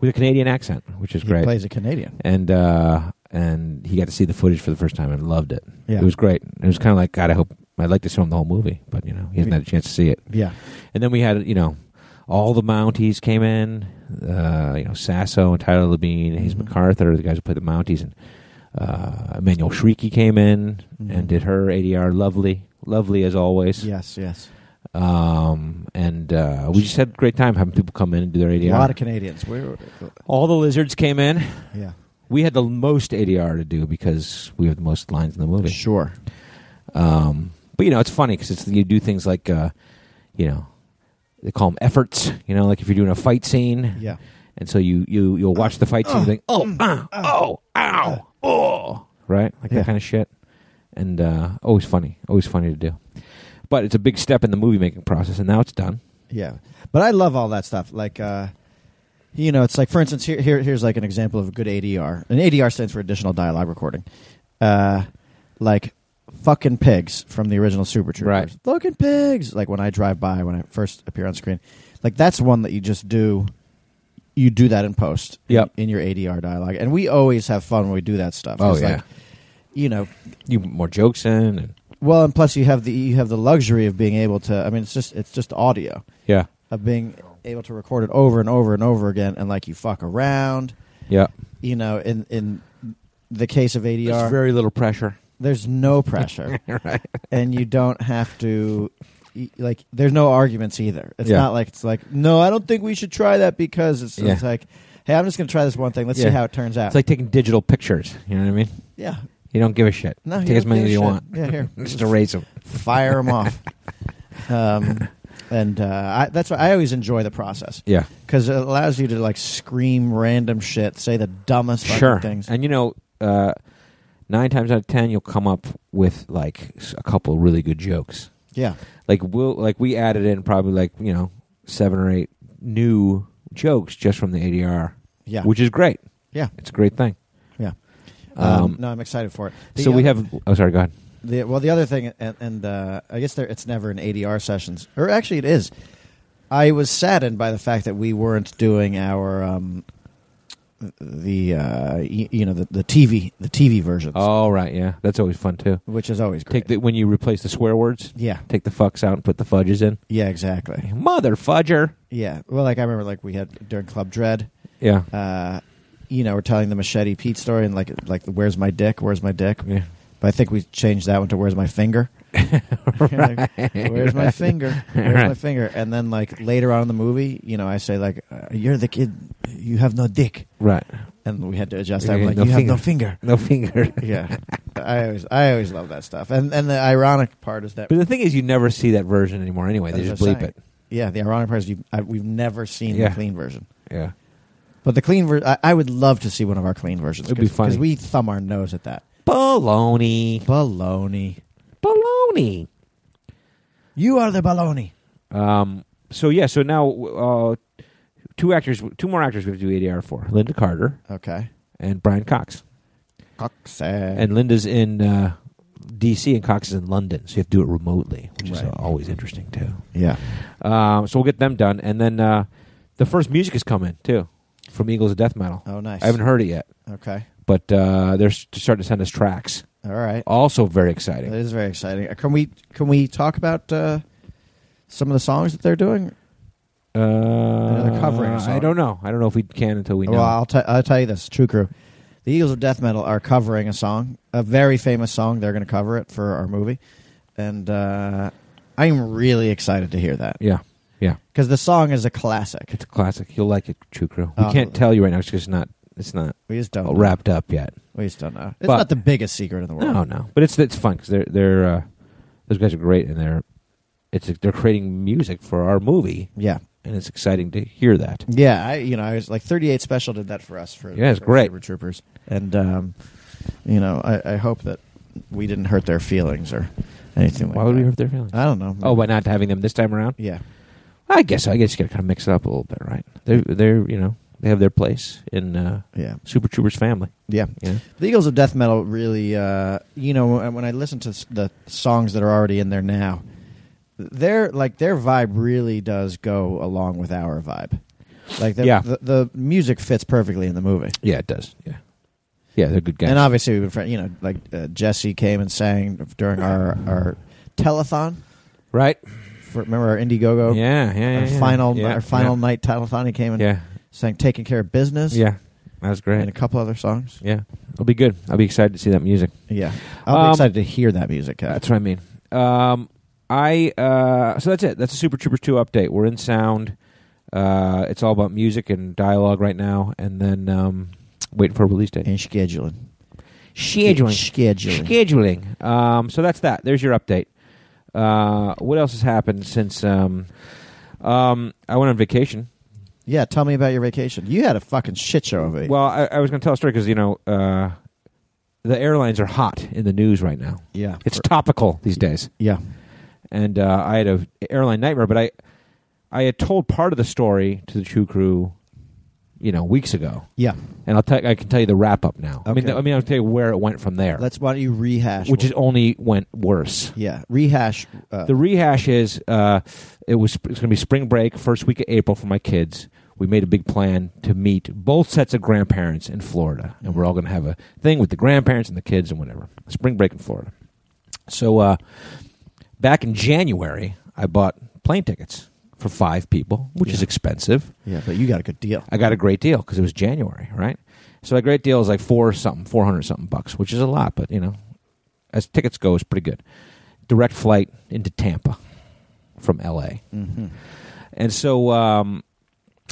D: with a Canadian accent, which is
E: He
D: great.
E: plays a Canadian.
D: and uh, and he got to see the footage for the first time and loved it.
E: Yeah.
D: It was great. It was kind of like God. I hope I'd like to show him the whole movie, but you know, he hasn't had a chance to see it.
E: Yeah.
D: And then we had, you know, all the Mounties came in, uh, you know, Sasso and Tyler Labine, Hayes
E: Mhm.
D: MacArthur, the guys who played the Mounties, and uh, Emmanuel Shrieky came in
E: Mhm.
D: and did her ADR lovely, lovely as always.
E: Yes. Yes.
D: Um, and uh, we just had a great time having people come in and do their ADR.
E: A lot of Canadians. We're, uh,
D: all the lizards came in.
E: yeah.
D: We had the most ADR to do because we have the most lines in the movie.
E: Sure.
D: Um, but you know, it's funny because it's you do things like uh, you know, they call them efforts. You know, like if you're doing a fight scene.
E: Yeah.
D: And so you you you'll watch the fight scene and think, oh, uh, oh, ow, oh, right, like
E: Yeah.
D: that kind of shit. And uh, always funny, always funny to do. But it's a big step in the movie making process, and now it's done.
E: Yeah, but I love all that stuff. Like, uh, you know, it's like for instance, here, here here's like an example of a good ADR. An ADR stands for additional dialogue recording. Uh, like fucking pigs from the original Super Troopers.
D: Right.
E: Fucking pigs. Like when I drive by when I first appear on screen, like that's one that you just do. You do that in post.
D: Yep.
E: In your ADR dialogue, and we always have fun when we do that stuff. 'Cause,
D: Oh, yeah.
E: Like, you know,
D: You put more jokes in, and
E: well, and plus you have the you have the luxury of being able to. I mean, it's just it's just audio
D: yeah,
E: of being able to record it over and over and over again and like you fuck around
D: yeah.
E: you know in in the case of adr
D: There's very little pressure.
E: there's no pressure and you don't have to y- like there's no arguments either it's
D: Yeah.
E: not like it's like no i don't think we should try that because it's, it's
D: Yeah.
E: like hey i'm just going to try this one thing let's
D: Yeah.
E: see how it turns out
D: It's like taking digital pictures. You know what I mean?
E: yeah
D: You don't give a shit.
E: No, you
D: Take as
E: don't
D: many
E: give
D: as
E: a
D: you
E: shit.
D: want.
E: Yeah, here.
D: just erase them.
E: fire them off um, and uh, I, that's why i always enjoy the process
D: Yeah,
E: because it allows you to like scream random shit, say the dumbest fucking
D: sure.
E: things.
D: And you know, uh, nine times out of ten, you'll come up with like s- a couple really good jokes.
E: yeah,
D: Like we'll like we added in probably like you know seven or eight new jokes just from the ADR,
E: yeah,
D: which is great.
E: yeah.
D: It's a great thing.
E: Yeah.
D: Um,
E: Um, no, I'm excited for it. The uh,
D: so we
E: oth-
D: have. Oh, sorry. Go ahead.
E: the, well, the other thing, and, and uh, I guess there, it's never in ADR sessions, or actually it is. I was saddened by the fact that we weren't doing our um, the uh, y- you know the, the TV the TV versions,
D: Oh, right. Yeah, that's always fun too.
E: which is always great.
D: Take the when you replace the swear words.
E: yeah,
D: Take the fucks out and put the fudges in.
E: yeah, exactly.
D: Mother fudger.
E: Yeah, well, like I remember, like we had during Club Dread.
D: Yeah.
E: uh, you know, we're telling the machete Pete story and like like the where's my dick, where's my dick.
D: Yeah.
E: But I think we changed that one to where's my finger. Like, where's my finger? Where's my
D: Right.
E: finger? And then like later on in the movie, you know, I say like uh, you're the kid, you have no dick,
D: Right.
E: and we had to adjust that.
D: Yeah,
E: like
D: no
E: you have no finger.
D: No finger.
E: yeah, I always I always love that stuff. And and the ironic part is that
D: But the thing is, you never see that version anymore. Anyway, they
E: That's
D: just
E: what I'm
D: bleep
E: saying.
D: it.
E: yeah, the ironic part is you I, we've never seen
D: Yeah.
E: the clean version.
D: Yeah.
E: But the clean version, I, I would love to see one of our clean versions.
D: It'd be funny.
E: because we thumb our nose at that.
D: Baloney.
E: Baloney.
D: Baloney.
E: You are the baloney.
D: Um. So yeah. So now, uh, two actors, two more actors we have to do ADR for: Linda Carter
E: Okay.
D: and Brian Cox.
E: Cox.
D: And Linda's in uh, D.C. and Cox is in London, so you have to do it remotely, which is uh,
E: Right.
D: always interesting too.
E: yeah.
D: Um. So we'll get them done, and then uh, the first music is coming too from Eagles of Death Metal.
E: Oh, nice.
D: I haven't heard it yet,
E: Okay.
D: but uh, they're s- starting to send us tracks.
E: All right.
D: Also, very
E: That
D: exciting.
E: is very exciting. Uh, Can we can we talk about uh, some of the songs that they're doing?
D: Uh,
E: Another covering song.
D: I don't know. I don't know if we can until we know.
E: Well, I'll, i I'll tell you this, True Crew. The Eagles of Death Metal are covering a song, a very famous song. They're going to cover it for our movie, and uh, I'm really excited to hear that
D: yeah, yeah.
E: because the song is a classic.
D: It's a classic. You'll like it, True Crew. We
E: Uh,
D: can't tell you right now because it's not. It's not
E: We just don't know.
D: wrapped up yet.
E: We just don't know. It's
D: But-
E: not the biggest secret in the world.
D: No, no. But it's it's fun because they're they're uh, those guys are great and they're it's they're creating music for our movie
E: Yeah.
D: and it's exciting to hear that.
E: Yeah, I you know I was like 38 Special did that for us for
D: Yeah, it's
E: for
D: great.
E: Super Troopers, and um, you know I, I hope that we didn't hurt their feelings or anything. Like
D: Why would
E: that.
D: we hurt their feelings?
E: I don't know.
D: Oh, by not having them this time around.
E: yeah,
D: I guess I guess you got to kind of mix it up a little bit, right? They're they're you know they have their place in uh,
E: yeah,
D: Super Troopers family.
E: yeah.
D: You know?
E: The Eagles of Death Metal really, uh, you know, when when I listen to s- the songs that are already in there now, their like their vibe really does go along with our vibe. Like the,
D: Yeah.
E: the, the music fits perfectly in the movie.
D: Yeah, it does. Yeah, yeah, they're good guys.
E: And obviously, we've been friends. You know, like uh, Jesse came and sang during our our telethon.
D: right?
E: For, remember our Indiegogo?
D: yeah, yeah, yeah,
E: Our
D: yeah.
E: final
D: yeah,
E: our final night telethon. He came and
D: Yeah,
E: sang "Taking Care of Business."
D: yeah, yeah. that was
E: And a
D: great.
E: couple other songs.
D: Yeah, it'll be good. I'll be excited to see that music.
E: Yeah, I'll be
D: Um,
E: excited to hear that music. uh,
D: That's what I mean. Um, I uh, so that's it. That's a Super Troopers two update. We're in sound. Uh, it's all about music and dialogue right now, and then um, waiting for a release date.
E: and scheduling.
D: Scheduling,
E: Scheduling.
D: scheduling. Um, so that's that. There's your update. Uh, what else has happened since um, um, I went on vacation?
E: Yeah, tell me about your vacation. You had a fucking shit show of it.
D: Well, I, I was going to tell a story because you know uh, the airlines are hot in the news right now.
E: yeah,
D: It's topical these days,
E: yeah,
D: and uh, I had a airline nightmare. But I, I had told part of the story to the Chew Crew, you know, weeks ago,
E: yeah.
D: and I'll tell I can tell you the wrap up now. I mean,
E: Okay.
D: I mean, I'll tell you where it went from there,
E: Let's why don't you rehash?
D: which
E: what-
D: is only went worse.
E: yeah, rehash. Uh,
D: The rehash is uh, it was it's going to be spring break first week of April for my kids. We made a big plan to meet both sets of grandparents in Florida, and we're all going to have a thing with the grandparents and the kids and whatever. Spring break in Florida. So uh, back in January, I bought plane tickets for five people, which is
E: Yeah.
D: expensive.
E: yeah, but you got a good deal.
D: I got a great deal because it was January, right? So a great deal is like four something, four hundred something bucks, which is a lot, but you know, as tickets go, it's pretty good. Direct flight into Tampa from L.A.
E: Mm-hmm.
D: And so um,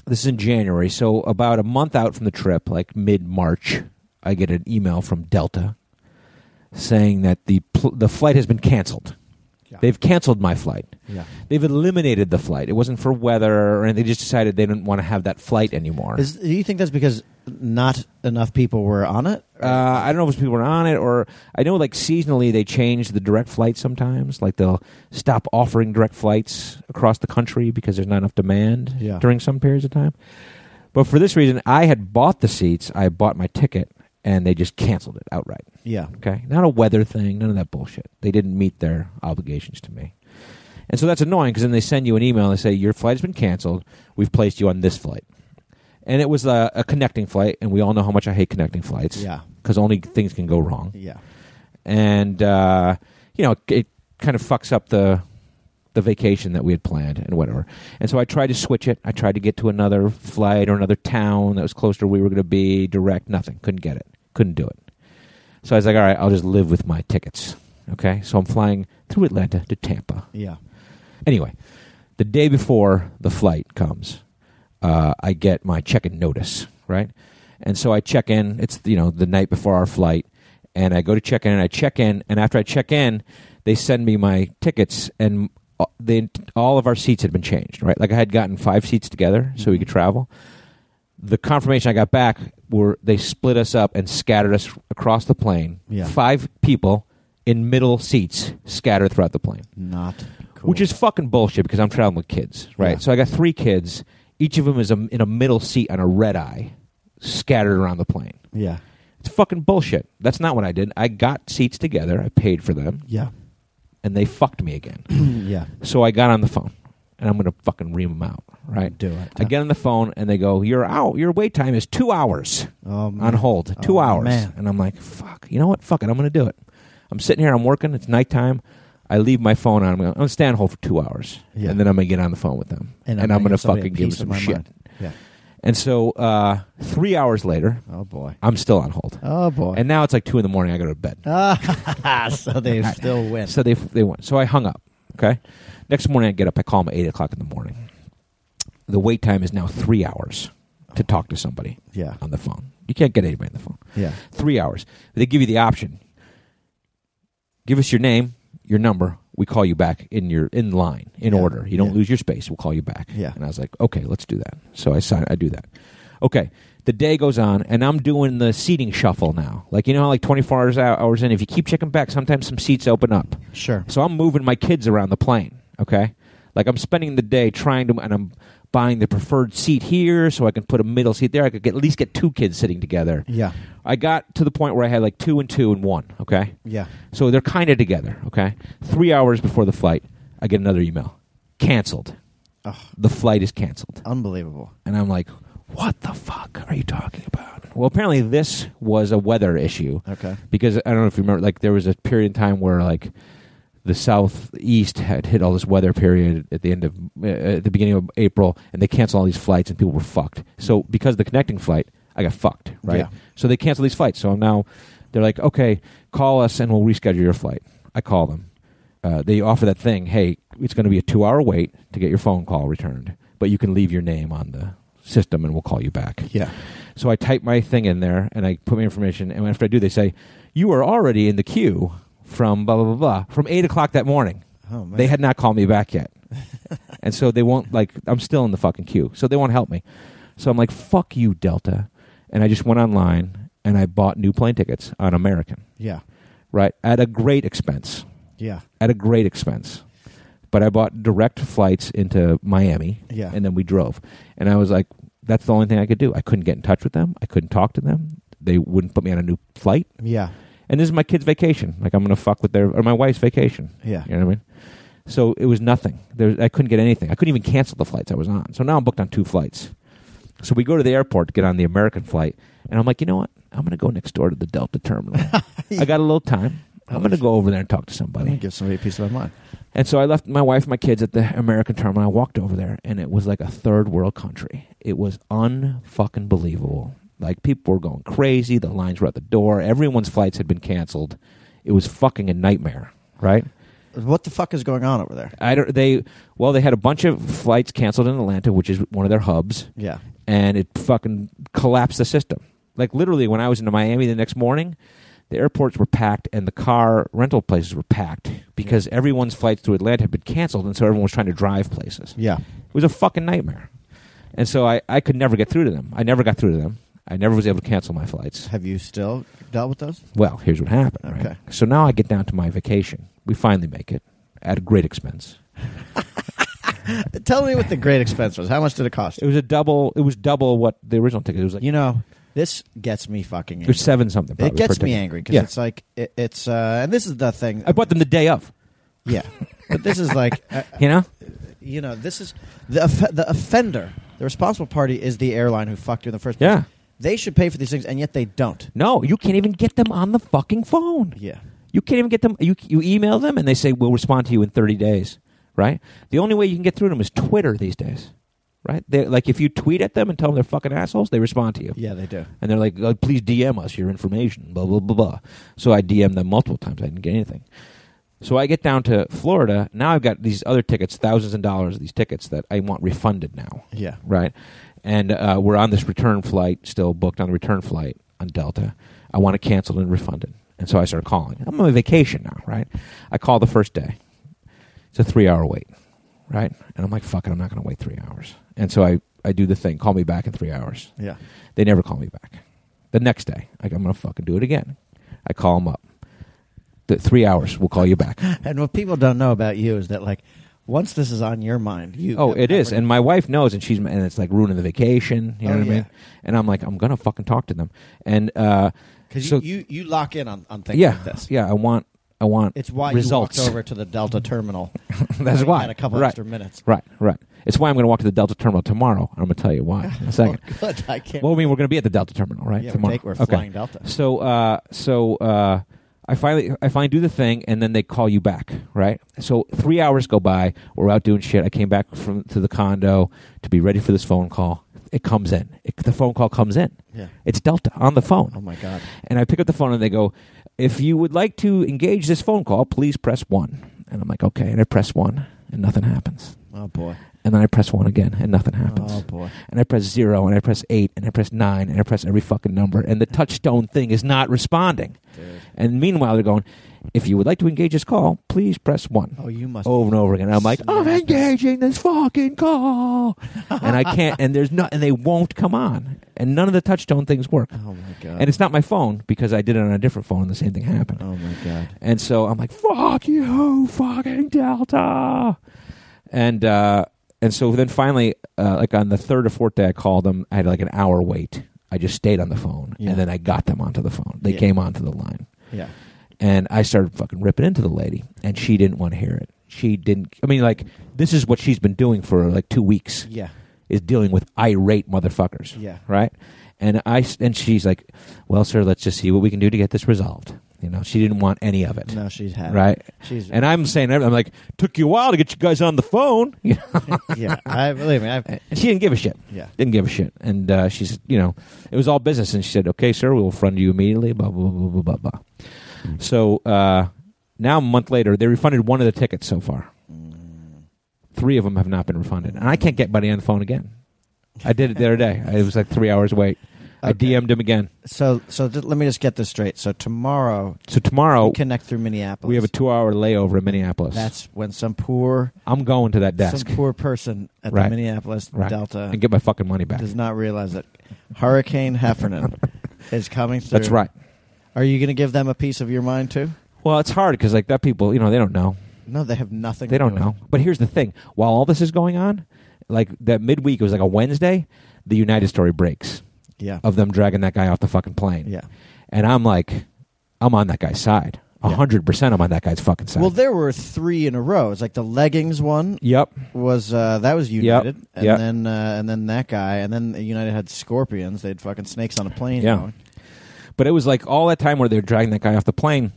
D: this is in January. So about a month out from the trip, like mid March, I get an email from Delta saying that the pl- the flight has been canceled.
E: Yeah.
D: They've canceled my flight.
E: Yeah.
D: They've eliminated the flight. It wasn't for weather, or anything. they just decided they didn't want to have that flight anymore.
E: Is, do you think that's because not enough people were on it?
D: Uh, I don't know if it's people are on it or I know like seasonally they change the direct flights sometimes. Like they'll stop offering direct flights across the country because there's not enough demand
E: Yeah.
D: during some periods of time. But for this reason, I had bought the seats. I bought my ticket and they just canceled it outright.
E: yeah,
D: Okay, not a weather thing. None of that bullshit. They didn't meet their obligations to me. And so that's annoying because then they send you an email and they say your flight has been canceled. We've placed you on this flight, and it was a, a connecting flight. And we all know how much I hate connecting flights
E: yeah,
D: because only things can go wrong.
E: yeah,
D: And uh, you know, it, it kind of fucks up the the vacation that we had planned and whatever. And so I tried to switch it. I tried to get to another flight or another town that was closer to where we were going to be. Direct, nothing. Couldn't get it. Couldn't do it. So I was like, all right, I'll just live with my tickets. Okay, so I'm flying through Atlanta to Tampa.
E: yeah.
D: Anyway, the day before the flight comes, uh, I get my check-in notice, right? And so I check in. It's you know the night before our flight, and I go to check in, and I check in, and after I check in, they send me my tickets, and uh, they, all of our seats had been changed, right? Like I had gotten five seats together so we could travel. The confirmation I got back were they split us up and scattered us across the plane.
E: Yeah.
D: Five people in middle seats scattered throughout the plane
E: Not cool.
D: which is fucking bullshit because I'm traveling with kids, right?
E: Yeah.
D: So I got three kids. Each of them is a, in a middle seat on a red eye, scattered around the plane.
E: yeah,
D: It's fucking bullshit. That's not what I did. I got seats together. I paid for them,
E: yeah,
D: and they fucked me again.
E: yeah.
D: so I got on the phone, and I'm gonna fucking ream them out, right?
E: Do it.
D: I get on the phone, and they go, "Your out. Your wait time is two hours."
E: Oh, man.
D: on hold. two
E: Oh,
D: hours.
E: man.
D: And I'm like, fuck, you know what? Fuck it. I'm going to do it. I'm sitting here. I'm working. It's nighttime. I leave my phone on. I'm going to stand hold for two hours.
E: Yeah.
D: And then I'm going to get on the phone with them. And, I'm, going to
E: give somebody a
D: fucking give them
E: piece of
D: some
E: my
D: shit.
E: mind. Yeah.
D: And so uh, three hours later,
E: Oh boy.
D: I'm still on hold.
E: Oh boy.
D: And now it's like two in the morning. I go to bed.
E: Ah, so they still win.
D: So they, they went. So I hung up. Okay. Next morning, I get up. I call them at 8 o'clock in the morning. The wait time is now three hours to talk to somebody
E: Yeah,
D: on the phone. You can't get anybody on the phone.
E: yeah,
D: three hours. They give you the option. Give us your name, your number. We call you back in your in line in
E: Yeah.
D: order. You don't
E: Yeah.
D: lose your space. We'll call you back.
E: Yeah.
D: And I was like, okay, let's do that. So I sign. I do that. Okay. The day goes on, and I'm doing the seating shuffle now. Like you know, how like 24 hours out, hours in. If you keep checking back, sometimes some seats open up.
E: sure.
D: So I'm moving my kids around the plane. Okay, like I'm spending the day trying to, and I'm buying the preferred seat here so I can put a middle seat there. I could get, at least get two kids sitting together.
E: Yeah,
D: I got to the point where I had like two and two and one. Okay,
E: yeah.
D: so they're kind of together. Okay, three hours before the flight, I get another email, canceled.
E: Ugh.
D: The flight is canceled,
E: Unbelievable.
D: and I'm like, what the fuck are you talking about? Well, apparently this was a weather issue
E: Okay.
D: because I don't know if you remember, like there was a period in time where like the southeast had hit all this weather period at the end of uh, at the beginning of April, and they canceled all these flights, and people were fucked. So because of the connecting flight, I got fucked, right?
E: Yeah.
D: So they canceled these flights. So now they're like, okay, call us and we'll reschedule your flight. I call them. Uh, they offer that thing. Hey, it's going to be a two-hour wait to get your phone call returned, but you can leave your name on the system and we'll call you back.
E: Yeah.
D: So I type my thing in there and I put my information. And after I do, they say, You are already in the queue from blah, blah, blah, blah, from 8 o'clock that morning.
E: Oh man.
D: They had not called me back yet. and so they won't like I'm still in the fucking queue. So they won't help me. So I'm like, fuck you, Delta. And I just went online and I bought new plane tickets on American.
E: Yeah.
D: Right. At a great expense.
E: Yeah.
D: At a great expense. But I bought direct flights into Miami
E: Yeah.
D: and then we drove. And I was like, that's the only thing I could do. I couldn't get in touch with them. I couldn't talk to them. They wouldn't put me on a new flight.
E: yeah.
D: And this is my kid's vacation. Like I'm gonna fuck with their or my wife's vacation.
E: Yeah.
D: You know what I mean? So it was nothing. There, I couldn't get anything. I couldn't even cancel the flights I was on. So now I'm booked on two flights. So we go to the airport to get on the American flight, and I'm like, you know what? I'm going to go next door to the Delta terminal. I got a little time.
E: Oh,
D: I'm going to go over there and talk to
E: I'm gonna
D: somebody.
E: give somebody a piece of my mind.
D: And so I left my wife and my kids at the American terminal. I walked over there, and it was like a third world country. It was unfucking believable. Like people were going crazy. The lines were at the door. Everyone's flights had been canceled. It was fucking a nightmare, right?
E: What the fuck is going on over there?
D: I don't. They well, they had a bunch of flights canceled in Atlanta, which is one of their hubs,
E: Yeah.
D: and it fucking collapsed the system. Like literally, when I was in Miami the next morning, the airports were packed and the car rental places were packed because everyone's flights to Atlanta had been canceled, and so everyone was trying to drive places.
E: Yeah.
D: It was a fucking nightmare, and so I I could never get through to them. I never got through to them. I never was able to cancel my flights.
E: Have you still dealt with those?
D: Well, here's what happened. right?
E: Okay.
D: So now I get down to my vacation. We finally make it at a great expense.
E: Tell me what the great expense was. How much did it cost?
D: It was a double. It was double what the original ticket. It was like
E: You know, this gets me fucking.
D: it was
E: Angry.
D: seven something.
E: It
D: probably per
E: gets me
D: ticket.
E: angry because
D: Yeah.
E: it's like it, it's uh, and this is the thing.
D: I bought them the day of.
E: yeah, but this is like uh,
D: You know,
E: you know this is the off- the offender. The responsible party is the airline who fucked you in the first place.
D: Yeah.
E: they should pay for these things, and yet they don't.
D: no, you can't even get them on the fucking phone.
E: Yeah,
D: You can't even get them. You you email them and they say we'll respond to you in thirty days. Right. The only way you can get through to them is Twitter these days. Right. They're, like if you tweet at them and tell them they're fucking assholes, they respond to you.
E: yeah, they do.
D: And they're like, oh, please DM us your information, blah, blah, blah, blah. So I DM them multiple times. I didn't get anything. So I get down to Florida. Now I've got these other tickets, thousands of dollars of these tickets that I want refunded now.
E: Yeah,
D: Right. And uh, we're on this return flight, still booked on the return flight on Delta. I want it canceled and refunded. And so I start calling. I'm on vacation now, right? I call the first day. It's a three hour wait, right? And I'm like, fuck it, I'm not going to wait three hours. And so I, I do the thing call me back in three hours.
E: yeah,
D: They never call me back. The next day, like, I'm going to fucking do it again. I call them up. The three hours, we'll call you back.
E: and what people don't know about you is that like once this is on your mind, you
D: oh, it is. And my wife knows, and she's, and it's like ruining the vacation. You know
E: Oh,
D: what I
E: yeah.
D: mean? And I'm like, I'm going to fucking talk to them. And, uh,
E: because
D: so-
E: you, you you lock in on on things
D: yeah,
E: like this.
D: yeah, I want, I want
E: It's why
D: results.
E: you walked over to the Delta terminal.
D: That's
E: You
D: why.
E: had a couple
D: right,
E: extra minutes.
D: Right, right. It's why I'm going to walk to the Delta terminal tomorrow. I'm going to tell you why in a second.
E: Oh, good. I can't.
D: Well, I mean, we're going to be at the Delta terminal, right?
E: yeah,
D: tomorrow.
E: We're, take, we're
D: okay.
E: flying Delta.
D: So uh, so uh, I finally I finally do the thing, and then they call you back, right? So three hours go by. We're out doing shit. I came back from to the condo to be ready for this phone call. It comes in. It, the phone call comes in.
E: Yeah.
D: It's Delta on the phone.
E: Oh my god.
D: And I pick up the phone and they go, If you would like to engage this phone call, please press one. And I'm like, Okay. And I press one and nothing happens.
E: Oh boy.
D: And then I press one again and nothing happens.
E: Oh boy.
D: And I press zero and I press eight and I press nine and I press every fucking number. And the touchstone thing is not responding.
E: Dude.
D: And meanwhile, they're going, If you would like to engage this call, please press one.
E: Oh, you must.
D: Over and over again. And I'm like, I'm
E: Smash.
D: engaging this fucking call. and I can't, and there's not, and they won't come on. And none of the touchstone things work.
E: Oh my god.
D: And it's not my phone because I did it on a different phone and the same thing happened.
E: oh my god.
D: And so I'm like, fuck you, fucking Delta. And, uh, and so then finally, uh, like on the third or fourth day, I called them. I had like an hour wait. I just stayed on the phone
E: Yeah.
D: and then I got them onto the phone. They
E: Yeah.
D: came onto the line
E: Yeah.
D: and I started fucking ripping into the lady and she didn't want to hear it. She didn't, I mean, like, this is what she's been doing for like two weeks
E: Yeah.
D: is dealing with irate motherfuckers.
E: Yeah.
D: Right. And I s- and she's like, "Well, sir, let's just see what we can do to get this resolved." You know, she didn't want any of it.
E: No, she's had it.
D: Right.
E: She's
D: And I'm saying, I'm like, "Took you a while to get you guys on the phone." You know?
E: yeah. I believe me. I,
D: And she didn't give a shit.
E: yeah.
D: Didn't give a shit. And uh, she's, you know, it was all business. And she said, "Okay, sir, we will fund you immediately." Blah blah blah blah blah blah. Hmm. So uh, now, a month later, they refunded one of the tickets so far. Three of them have not been refunded, and I can't get Buddy on the phone again. I did it the other day. It was like three hours wait. I
E: Okay.
D: DM'd him again.
E: So so th- let me just get this straight. So tomorrow
D: So tomorrow
E: we connect through Minneapolis.
D: we have a two-hour layover in Minneapolis.
E: That's when some poor
D: I'm going to that desk
E: some poor person at
D: Right.
E: the Minneapolis
D: Right.
E: Delta
D: and get my fucking money back.
E: does not realize that Hurricane Heffernan is coming through.
D: That's right.
E: Are you going to give them a piece of your mind too?
D: Well, it's hard because like that people, you know, they don't know.
E: No, they have nothing.
D: They
E: to do
D: don't
E: with
D: know. But here's the thing: while all this is going on, like that midweek, it was like a Wednesday. The United story breaks
E: it. Yeah.
D: of them dragging that guy off the fucking plane.
E: Yeah.
D: and I'm like, I'm on that guy's side. A
E: Yeah.
D: hundred percent, I'm on that guy's fucking side.
E: Well, there were three in a row. It's like the leggings one
D: yep,
E: was uh, that was United, and
D: Yep.
E: then uh, and then that guy, and then United had scorpions. They had fucking snakes on a plane.
D: Yeah.
E: going.
D: but it was like all that time where they were dragging that guy off the plane.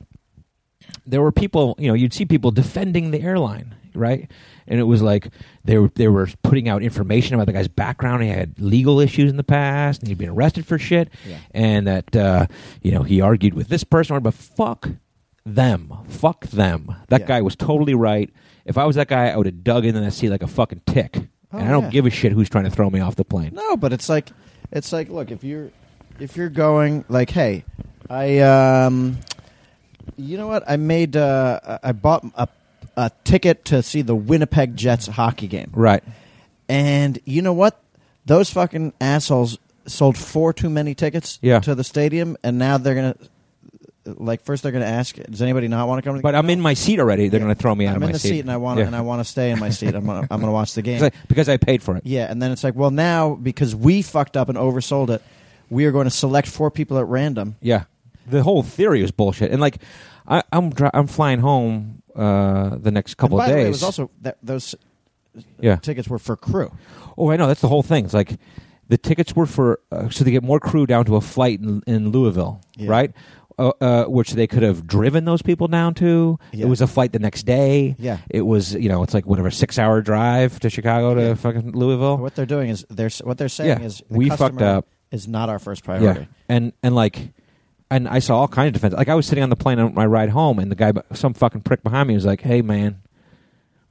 D: There were people, you know, you'd see people defending the airline, right? And it was like they were they were putting out information about the guy's background. He had legal issues in the past, and he'd been arrested for shit,
E: Yeah.
D: and that uh, you know he argued with this person. But fuck them, fuck them. That
E: Yeah.
D: guy was totally right. If I was that guy, I would have dug into that seat like a fucking tick. and I don't
E: Oh, yeah.
D: give a shit who's trying to throw me off the plane.
E: No, but it's like it's like look if you're if you're going like hey, I um, you know what I made uh, I- I bought a a ticket to see the Winnipeg Jets hockey game.
D: Right.
E: And you know what? Those fucking assholes sold four too many tickets
D: Yeah.
E: to the stadium, and now they're gonna like first they're gonna ask, does anybody not want to come? To the
D: But I'm in my seat already. They're going to throw me out
E: I'm
D: of my
E: in the seat, and I want
D: Yeah.
E: to and I want to stay in my seat. I'm gonna, I'm gonna watch the game.
D: because I, because I paid for it.
E: yeah, and then it's like, well, now because we fucked up and oversold it, we are going to select four people at random.
D: Yeah, the whole theory is bullshit. And like, I, I'm dri- I'm flying home uh, the next couple
E: and by
D: of
E: the
D: days.
E: way, it was also that those
D: yeah.
E: tickets were for crew.
D: oh, I know. That's the whole thing. It's like the tickets were for uh, so they get more crew down to a flight in, in Louisville,
E: Yeah.
D: right? Uh, uh, which they could have driven those people down to.
E: Yeah.
D: It was a flight the next day.
E: Yeah.
D: It was you know it's like whatever six hour drive to Chicago to
E: Yeah.
D: fucking Louisville.
E: What they're doing is they're s- what they're saying
D: Yeah,
E: is the
D: we fucked
E: customer
D: up.
E: Is not our first priority.
D: Yeah, and and like, and I saw all kinds of defense. Like I was sitting on the plane on my ride home, and the guy, some fucking prick behind me, was like, "Hey man,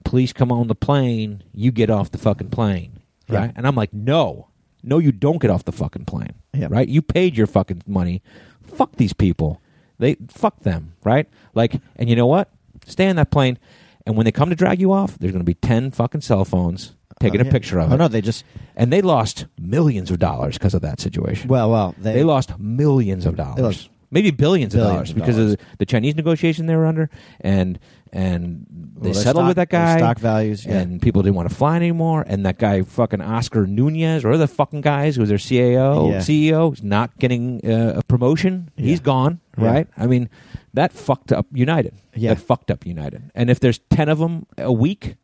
D: please come on the plane. You get off the fucking plane,
E: Yeah.
D: right?" And I'm like, "No, no, you don't get off the fucking plane,
E: Yeah.
D: right? You paid your fucking money. Fuck these people. They fuck them, right? Like, and you know what? Stay on that plane, and when they come to drag you off, there's going to be ten fucking cell phones." Taking
E: Oh,
D: a
E: yeah.
D: picture of
E: Oh
D: it,
E: no, they just
D: and they lost millions of dollars because of that situation.
E: well, well,
D: They, lost millions of dollars,
E: lost
D: maybe billions, of
E: billions
D: dollars,
E: of
D: because
E: dollars.
D: of the Chinese negotiation they were under, and and they
E: Well, their
D: settled
E: stock-
D: with that
E: their
D: guy.
E: Stock values, yeah.
D: And people didn't want to fly anymore. And that guy, fucking Oscar Nunez, or the fucking guys who was their CAO,
E: Yeah.
D: CEO, E is not getting uh, a promotion. He's
E: Yeah.
D: gone,
E: Yeah.
D: right? I mean, that fucked up United.
E: Yeah.
D: That fucked up United. And if there's 10 of them a week,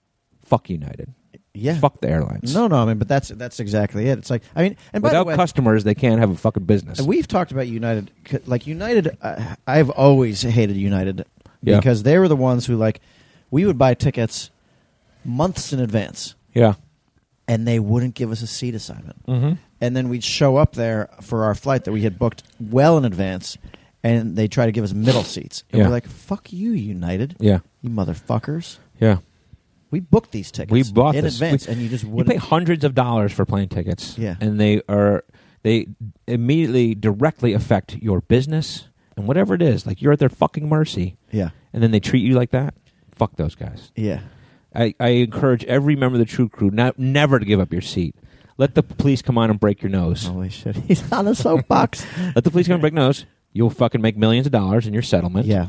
D: fuck United.
E: yeah.
D: Fuck the airlines.
E: No, no, I mean, but that's that's exactly it. It's like I mean, and by
D: Without
E: the way,
D: customers, they can't have a fucking business.
E: we've talked about United. c- Like United, uh, I've always hated United
D: Yeah.
E: because they were the ones who like we would buy tickets months in advance,
D: yeah.
E: and they wouldn't give us a seat assignment.
D: Mm-hmm.
E: and then we'd show up there for our flight that we had booked well in advance, and they try to give us middle seats. And
D: Yeah.
E: we're like, "Fuck you, United,
D: Yeah.
E: you motherfuckers!
D: Yeah.
E: We booked these tickets.
D: We bought
E: in
D: this.
E: advance,
D: We-
E: and you just
D: You pay
E: wouldn't."
D: hundreds of dollars for plane tickets.
E: Yeah.
D: And they are they immediately directly affect your business and whatever it is. Like you're at their fucking mercy
E: yeah,
D: and then they treat you like that. Fuck those guys.
E: yeah.
D: I, I encourage every member of the true crew not, never to give up your seat. Let the police come on and break your nose.
E: Holy shit, he's on a soapbox.
D: Let the police come and break nose. You'll fucking make millions of dollars in your settlement.
E: yeah,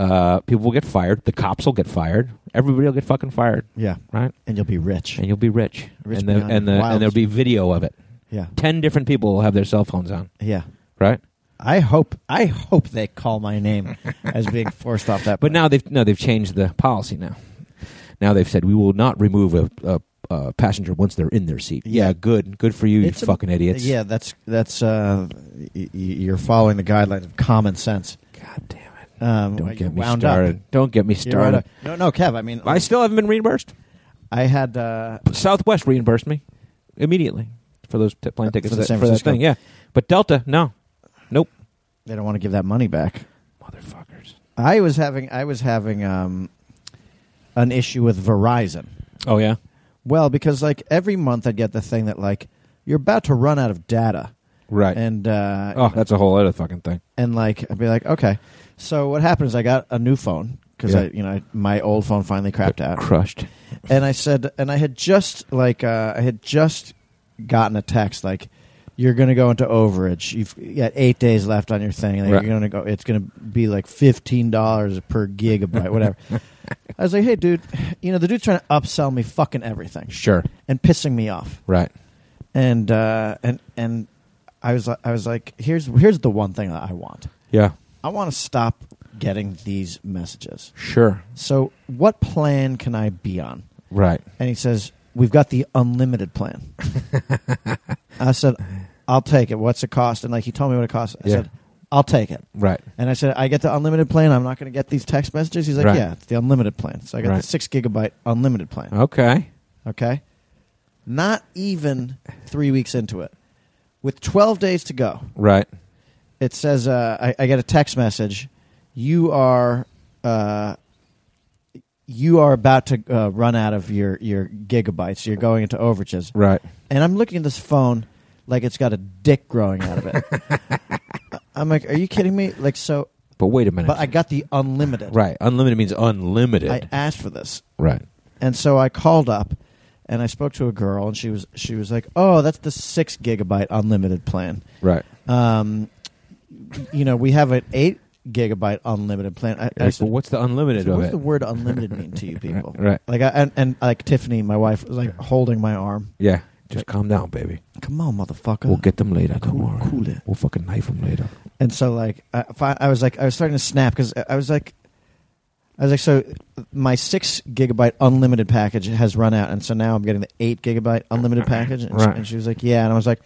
D: Uh, people will get fired. The cops will get fired. Everybody will get fucking fired,
E: yeah,
D: right?
E: and you'll be rich.
D: And you'll be rich.
E: Rich
D: and the,
E: beyond
D: and, the,
E: your
D: and there'll be video of it.
E: Yeah,
D: 10 different people will have their cell phones on,
E: yeah.
D: right?
E: I hope, I hope they call my name as being forced off that. plane.
D: But now they've no, they've changed the policy now. Now they've said we will not remove a, a, a passenger once they're in their seat. Yeah,
E: Yeah.
D: good, good for you,
E: It's a-
D: you fucking idiots.
E: yeah, that's that's uh, y- y- you're following the guidelines of common sense.
D: God damn it!
E: Um,
D: Don't
E: you
D: get me
E: wound
D: started.
E: Up.
D: Don't get me
E: You're right
D: started.
E: up. No, no, Kev. I mean,
D: I still haven't been reimbursed.
E: I had uh,
D: Southwest reimbursed me immediately for those t- plane
E: Uh,
D: tickets
E: for the
D: that-
E: San
D: for that
E: Francisco.
D: thing. Yeah, but Delta, no,
E: they don't want to give that money back.
D: motherfuckers.
E: I was having I was having um, an issue with Verizon.
D: Oh yeah,
E: Well, because like every month I get the thing that like you're about to run out of data.
D: Right.
E: and uh,
D: oh, that's a whole other fucking thing.
E: and like I'd be like, okay. So what happened is I got a new phone because
D: Yeah.
E: I, you know, I, my old phone finally crapped out,
D: Crushed.
E: and I said, and I had just like uh, I had just gotten a text like. You're gonna go into overage. You've you got eight days left on your thing. Like,
D: Right.
E: You're gonna go. It's gonna be like fifteen dollars per gigabyte, whatever. I was like, hey, dude, you know the dude's trying to upsell me fucking everything
D: Sure.
E: and pissing me off
D: Right.
E: and uh, and and I was I was like, here's here's the one thing that I want.
D: Yeah.
E: I want to stop getting these messages.
D: Sure.
E: So, what plan can I be on?
D: Right.
E: And he says, "We've got the unlimited plan." I said, "I'll take it. What's the cost?" And like he told me what it cost. I
D: Yeah.
E: said, "I'll take it."
D: Right.
E: And I said, "I get the unlimited plan. I'm not going to get these text messages." He's like,
D: Right.
E: "Yeah, it's the unlimited plan." So I got the
D: Right. Oh.
E: six gigabyte unlimited plan.
D: Okay.
E: Okay? Not even three weeks into it. With 12 days to go,
D: Right.
E: it says, uh, I, I get a text message. You are. Uh, you are about to uh, run out of your, your gigabytes. You're going into overages.
D: Right.
E: And I'm looking at this phone like it's got a dick growing out of it. I'm like, are you kidding me? Like, so,
D: But wait a minute.
E: but I got the unlimited.
D: right. Unlimited means unlimited.
E: I asked for this.
D: right.
E: And so I called up and I spoke to a girl and she was she was like, "Oh, that's the 6 gigabyte unlimited plan."
D: Right.
E: Um you know, we have an 8 gigabyte unlimited plan. I, I
D: Like,
E: said,
D: but what's the unlimited
E: so
D: of
E: what's
D: it?
E: the word unlimited mean to you people?
D: Right.
E: Like I, and, and like Tiffany, my wife was like holding my arm.
D: Yeah. Just calm down, baby.
E: Come on, motherfucker.
D: We'll get them later. Don't
E: cool,
D: worry.
E: cool it.
D: We'll fucking knife them later.
E: And so like I, fi- I was like I was starting to snap cuz I was like I was like so my 6 gigabyte unlimited package has run out and so now I'm getting the 8 gigabyte unlimited package and, she,
D: Right.
E: and she was like yeah and I was like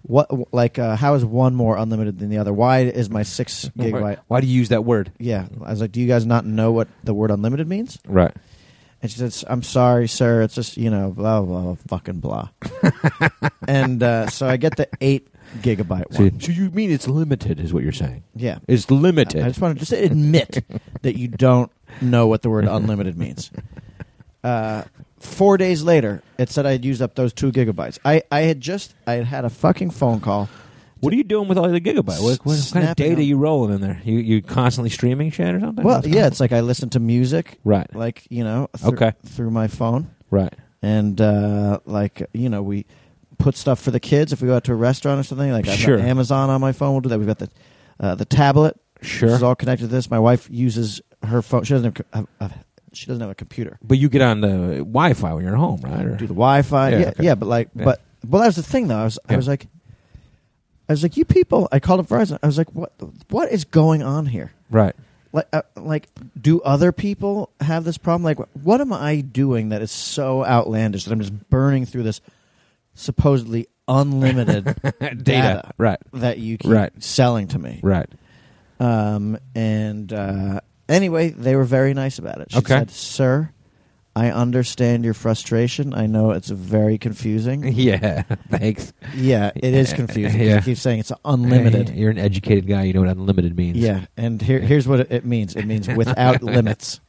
E: what like uh, how is one more unlimited than the other why is my 6
D: Why,
E: gigabyte
D: why do you use that word?
E: yeah I was like do you guys not know what the word unlimited means
D: Right.
E: and she says, "I'm sorry, sir. It's just you know, blah blah blah, fucking blah." and uh, so I get the eight gigabyte
D: So,
E: one.
D: so you mean it's limited, is what you're saying?
E: Yeah,
D: It's limited.
E: I just want to just admit that you don't know what the word unlimited means. Uh, four days later, it said I'd used up those two gigabytes. I, I had just I had had a fucking phone call.
D: what are you doing with all the gigabyte? What, what kind
E: Snapping
D: of data
E: up.
D: you rolling in there? You you constantly streaming shit or something?
E: Well,
D: What's
E: yeah, it's like I listened to music,
D: going on? right,
E: like you know, thr-
D: Okay.
E: through my phone,
D: right,
E: and uh, like you know, we put stuff for the kids if we go out to a restaurant or something. Like I've
D: Sure.
E: got Amazon on my phone. We'll do that. We've got the uh, the tablet. This
D: sure.
E: is all connected to this. My wife uses her phone. She doesn't have, co- have, have she doesn't have a computer.
D: but you get on the Wi-Fi when you're at home, right? Or-
E: do the Wi-Fi. Yeah,
D: Yeah,
E: yeah,
D: okay.
E: but like,
D: Yeah.
E: but well, that was the thing though. I was, I
D: Yeah.
E: was like, I was like, you people. I called up Verizon. I was like, what, what is going on here?
D: right,
E: Like, uh, like, do other people have this problem? Like, what am I doing that is so outlandish that I'm just burning through this supposedly unlimited data,
D: data, right,
E: that you keep
D: Right.
E: selling to me?
D: right.
E: Um, and uh, anyway, they were very nice about it. She
D: Okay.
E: said, "Sir, I understand your frustration. I know it's very confusing.
D: Yeah, thanks.
E: yeah, it is confusing.
D: Yeah.
E: You keep saying it's unlimited.
D: Hey, you're an educated guy. You know what unlimited means.
E: Yeah, and here, here's what it- it means. It means without limits.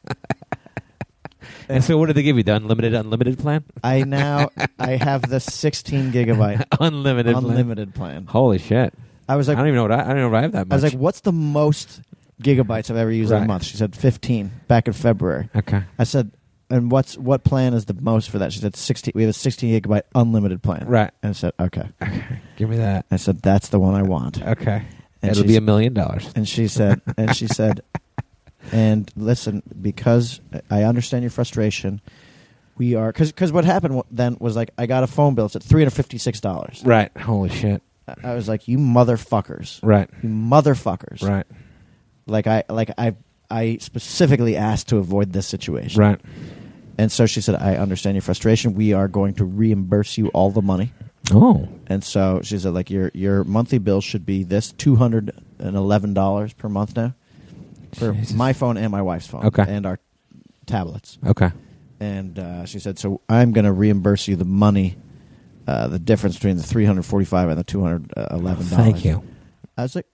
D: And so, what did they give you? The unlimited, unlimited plan?
E: I now I have the 16 gigabyte
D: unlimited, plan?
E: unlimited plan.
D: Holy shit!
E: I was like,
D: I don't even know what I, I don't even know if I have that
E: I
D: much.
E: was like, what's the most gigabytes I've ever used in a
D: Right.
E: month? She said 15 back in February.
D: okay,
E: I said, "And what's what plan is the most for that?" She said, 16, We have a sixteen gigabyte unlimited plan."
D: right.
E: And I said, "Okay."
D: Give me that.
E: I said, "That's the one I want."
D: Okay,
E: And
D: it'll
E: she's-
D: be a million dollars.
E: And she said, "And she said, and listen, because I understand your frustration, we are because because what happened wa- then was like I got a phone bill. It's at three hundred fifty six dollars.
D: Right. Holy shit.
E: I was like, "You motherfuckers,
D: Right.
E: you motherfuckers!"
D: Right.
E: Like I like I I specifically asked to avoid this situation.
D: Right.
E: And so she said, I understand your frustration. We are going to reimburse you all the money.
D: Oh.
E: And so she said, like your your monthly bill should be this two hundred and eleven dollars per month now for
D: Jesus.
E: my phone and my wife's phone,
D: Okay.
E: and our tablets.
D: Okay.
E: And uh, she said, so I'm going to reimburse you the money, uh, the difference between the three hundred forty five and the two hundred eleven dollars.
D: Thank you.
E: I was like,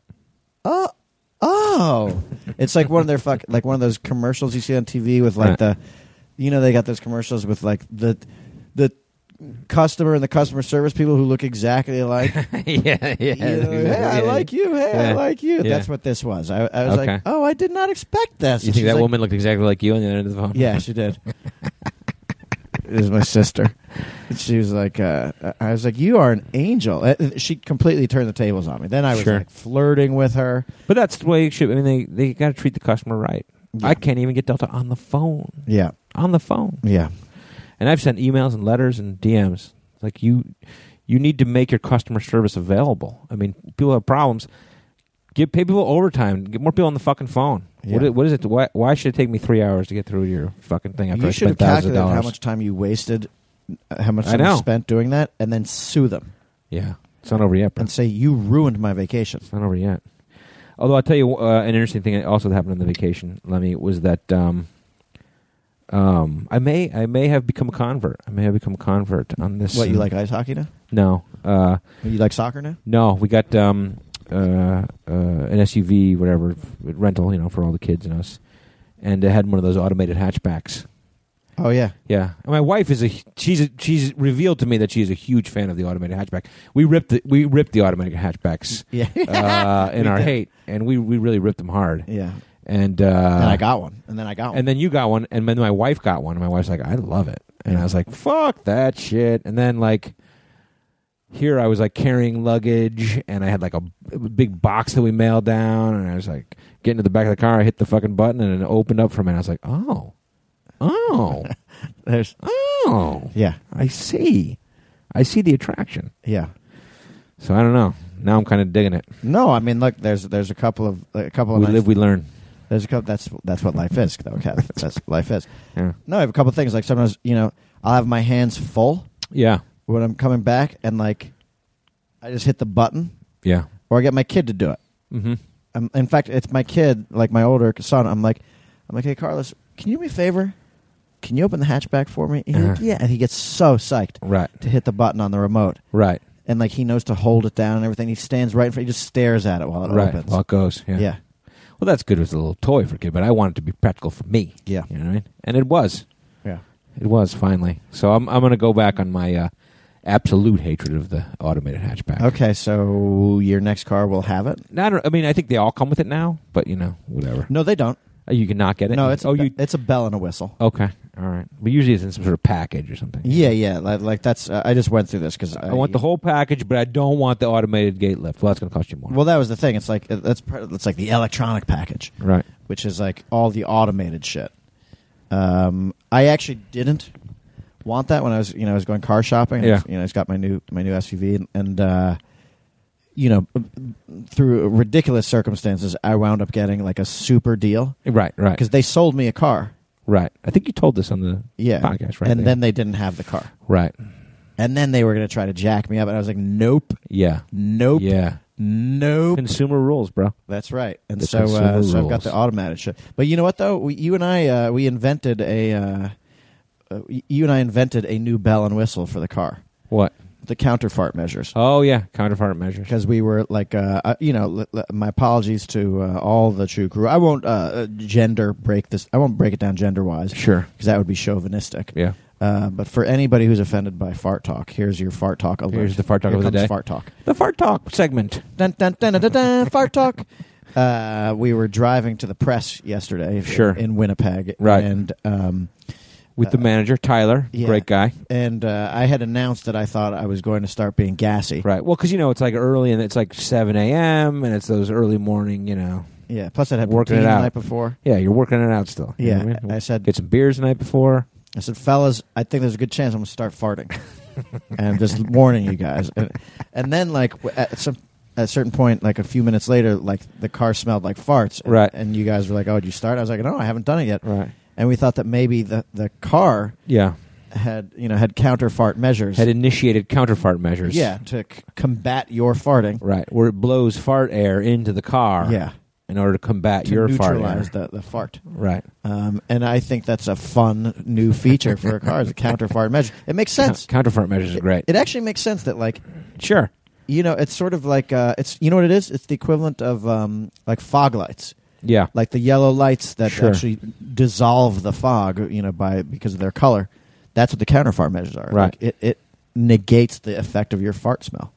E: oh, oh, it's like one of their fuck, like one of those commercials you see on TV with like
D: Right.
E: the, you know, they got those commercials with like the, the customer and the customer service people who look exactly alike.
D: yeah, yeah.
E: You know, hey, I like you. Hey, I
D: Yeah.
E: like you.
D: Yeah.
E: That's what this was. I, I was
D: Okay.
E: like, oh, I did not expect this.
D: You
E: And
D: think
E: she's
D: that
E: like,
D: woman looked exactly like you on the other end of the phone?
E: Yeah, she did. it was my sister. And She was like, uh, I was like, you are an angel. Uh, She completely turned the tables on me. Then I was
D: Sure.
E: like flirting with her.
D: But that's the way you should. I mean, they they got to treat the customer right. I can't even get Delta on the phone.
E: Yeah,
D: On the phone,
E: yeah,
D: and I've sent emails and letters and DMs. Like you, you need to make your customer service available. I mean, people have problems. Give pay people overtime. Get more people on the fucking phone. What,
E: Yeah.
D: is, what is it? Why, why should it take me three hours to get through to your fucking thing after I
E: You should have
D: spent thousands of
E: calculated
D: dollars?
E: how much time you wasted, uh, how much
D: I
E: time you
D: know.
E: spent doing that, and then sue them
D: yeah, it's not over yet. Bro.
E: and say you ruined my vacation.
D: It's not over yet. Although I'll tell you uh, an interesting thing that also happened on the vacation, Lemmy, was that um, um, I may I may have become a convert. I may have become a convert on this.
E: What you like ice hockey now?
D: No, uh,
E: You like soccer now?
D: no. We got um, uh, uh, an SUV, whatever f- rental, you know, for all the kids and us, and it had one of those automated hatchbacks.
E: Oh yeah,
D: Yeah, and my wife is a hu- she's a, she's revealed to me that she's a huge fan of the automated hatchback. We ripped the, we ripped the automatic hatchbacks
E: yeah,
D: uh, in
E: We
D: our
E: did.
D: hate, and we we really ripped them hard.
E: yeah.
D: and uh,
E: And I got one, and then I got one.
D: and then you got one, and then my wife got one, and my wife's like, I love it, and I was like, fuck that shit, and then like. Here I was like carrying luggage, and I had like a b- big box that we mailed down, and I was like getting to the back of the car. I hit the fucking button, and it opened up for me. And I was like, "Oh, oh,
E: There's
D: oh!
E: yeah,
D: I see, I see the attraction."
E: yeah.
D: So I don't know. Now I'm kind of digging it.
E: No, I mean, look, there's there's a couple of a couple of
D: We
E: nice-
D: live, we learn.
E: There's a couple. That's that's what life is, though. Kev. That's what life is.
D: Yeah,
E: No, I have a couple things. Like sometimes, you know, I'll have my hands full
D: yeah,
E: when I'm coming back, and like, I just hit the button,
D: yeah.
E: or I get my kid to do it.
D: Mm-hmm.
E: Um in fact, it's my kid, like my older son. I'm like, I'm like, hey, Carlos, can you do me a favor? Can you open the hatchback for me? And he's like,
D: Uh-huh.
E: yeah, and he gets so psyched
D: Right,
E: to hit the button on the remote,
D: right,
E: and like he knows to hold it down and everything. He stands right in front. He just stares at it while it
D: right.
E: opens.
D: Well, it goes.
E: yeah,
D: Well, that's good as a little toy for a kid, but I want it to be practical for me.
E: yeah,
D: You know what I mean? And it was.
E: yeah.
D: It was finally. So I'm I'm going to go back on my uh, absolute hatred of the automated hatchback.
E: Okay, so your next car will have it.
D: No, I, don't, I mean, I think they all come with it now, but you know, whatever.
E: No, they don't.
D: Oh, You can not get it.
E: No, it's
D: oh
E: a be-
D: you Oh.
E: it's a bell and a whistle.
D: okay? All right, but usually it's in some sort of package or something.
E: Yeah, yeah. Like, like that's. Uh, I just went through this because
D: I want the whole package, but I don't want the automated gate lift. Well, that's going to cost you more.
E: Well, that was the thing. It's like uh, that's part of, it's like the electronic package,
D: right.
E: which is like all the automated shit. Um, I actually didn't want that when I was you know I was going car shopping.
D: Yeah.
E: You know, I just got my new my new SUV and, and uh, you know through ridiculous circumstances, I wound up getting like a super deal
D: Right. Right.
E: because they sold me a car.
D: Right. I think you told this on the
E: Yeah.
D: podcast, right?
E: and
D: Yeah.
E: then they didn't have the car.
D: right.
E: And then they were going to try to jack me up. And I was like, nope,
D: Yeah.
E: nope,
D: Yeah.
E: nope.
D: Consumer rules, bro.
E: That's right. And
D: The
E: so, uh,
D: consumer
E: so I've got
D: rules.
E: the automatic shit. But you know what, though? We, you and I, uh, we invented a. Uh, uh, y- you and I invented a new bell and whistle for the car,
D: What?
E: the counter fart measures,
D: Oh yeah, counterfeit measures.
E: because we were like, uh, uh, you know, l- l- my apologies to uh, all the Chew crew. I won't uh, uh, gender break this. I won't break it down gender wise
D: Sure.
E: because that would be chauvinistic.
D: Yeah.
E: Uh, but for anybody who's offended by fart talk, here's your fart talk alert.
D: Here's the fart talk
E: Here
D: of the
E: comes
D: day.
E: Fart talk.
D: The fart talk segment.
E: Dun, dun, dun, dun, dun, dun, fart talk. Uh, we were driving to the press yesterday,
D: Sure.
E: in, Winnipeg,
D: Right.
E: And um,
D: with the manager Tyler,
E: yeah.
D: great guy.
E: and uh, I had announced that I thought I was going to start being gassy.
D: Right. Well, because you know it's like early and it's like seven a.m. and it's those early morning. You know.
E: Yeah. Plus, I had
D: Working it
E: poutine the
D: out.
E: night before.
D: Yeah, you're working it out still. You know
E: Yeah.
D: what I,
E: I
D: mean?
E: said,
D: Get some beers the night before.
E: I said, fellas, I think there's a good chance I'm going to start farting, and I'm just warning you guys. And, and then, like w- at some. At a certain point, like a few minutes later, like the car smelled like farts, and,
D: Right.
E: And you guys were like, "Oh, did you start?" I was like, "No, I haven't done it yet."
D: Right.
E: And we thought that maybe the the car
D: Yeah.
E: had you know had counter fart measures.
D: Had initiated counterfart measures.
E: yeah, to c- combat your farting.
D: Right. Where it blows fart air into the car.
E: Yeah,
D: In order to combat
E: to
D: your fart air.
E: neutralize the the fart.
D: Right.
E: Um, and I think that's a fun new feature for a car is a counter fart measure. It makes sense.
D: Counterfart measures are great.
E: It actually makes sense that like
D: sure.
E: you know it's sort of like uh, it's you know what it is. It's the equivalent of um, like fog lights.
D: Yeah.
E: Like the yellow lights that
D: Sure.
E: actually dissolve the fog, you know, by because of their color. That's what the counter fart measures are.
D: Right.
E: Like, it, it negates the effect of your fart smell.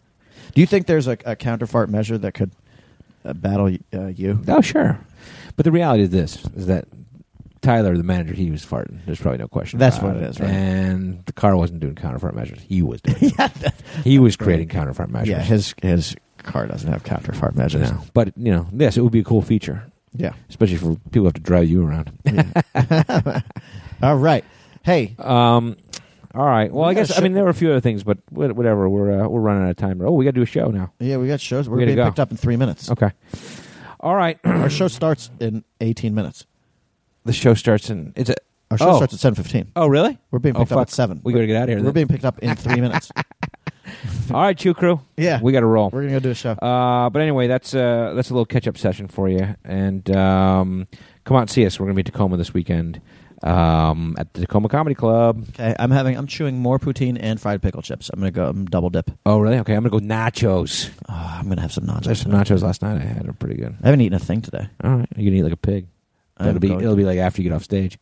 E: Do you think there's a, a counter fart measure that could uh, battle uh, you?
D: Oh, sure. But the reality is this: is that Tyler, the manager, he was farting. There's probably no question.
E: That's
D: about
E: what it is, right?
D: And the car wasn't doing counterfeit measures. He was doing. yeah, he was creating counterfeit measures.
E: Yeah, his his car doesn't have counter fart measures.
D: No. But you know, yes, it would be a cool feature,
E: Yeah.
D: especially for people who have to drive you around.
E: All right. Hey,
D: Um, all right. Well, I
E: We got
D: guess
E: a
D: I
E: show-
D: mean there were a few other things, but wh- whatever. We're uh, we're running out of time. Oh, we got to do a show now.
E: yeah, we got shows. We're
D: We gotta
E: being
D: go.
E: picked up in three minutes.
D: Okay. All right.
E: Our show starts in eighteen minutes.
D: the show starts in. It's a.
E: Our show
D: Oh.
E: starts at seven fifteen.
D: Oh, really?
E: We're being
D: Oh,
E: picked up at
D: fuck.
E: seven.
D: We got to get out of here.
E: We're
D: then.
E: being picked up in three minutes.
D: all right, Chew Crew.
E: Yeah,
D: We got to roll.
E: we're gonna go do a show.
D: Uh, but anyway, that's uh, that's a little catch up session for you. And um, come out and see us. We're going to be in Tacoma this weekend um, at the Tacoma Comedy Club.
E: Okay, I'm having I'm chewing more poutine and fried pickle chips. I'm gonna go. I'm double dip.
D: Oh, really? Okay, I'm going to go nachos.
E: Oh, I'm gonna have some nachos.
D: There's some nachos last night. I had are pretty good.
E: I haven't eaten a thing today.
D: All right, you're going to eat like a pig.
E: I'm
D: That'll be
E: going
D: it'll
E: to-
D: be like after you get off stage.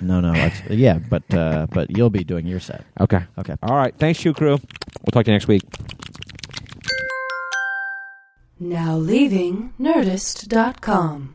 E: no, no. it's- yeah, but uh, but you'll be doing your set.
D: Okay.
E: Okay.
D: All right. Thanks, Chew Crew. We'll talk to you next week.
A: Now leaving Nerdist.com.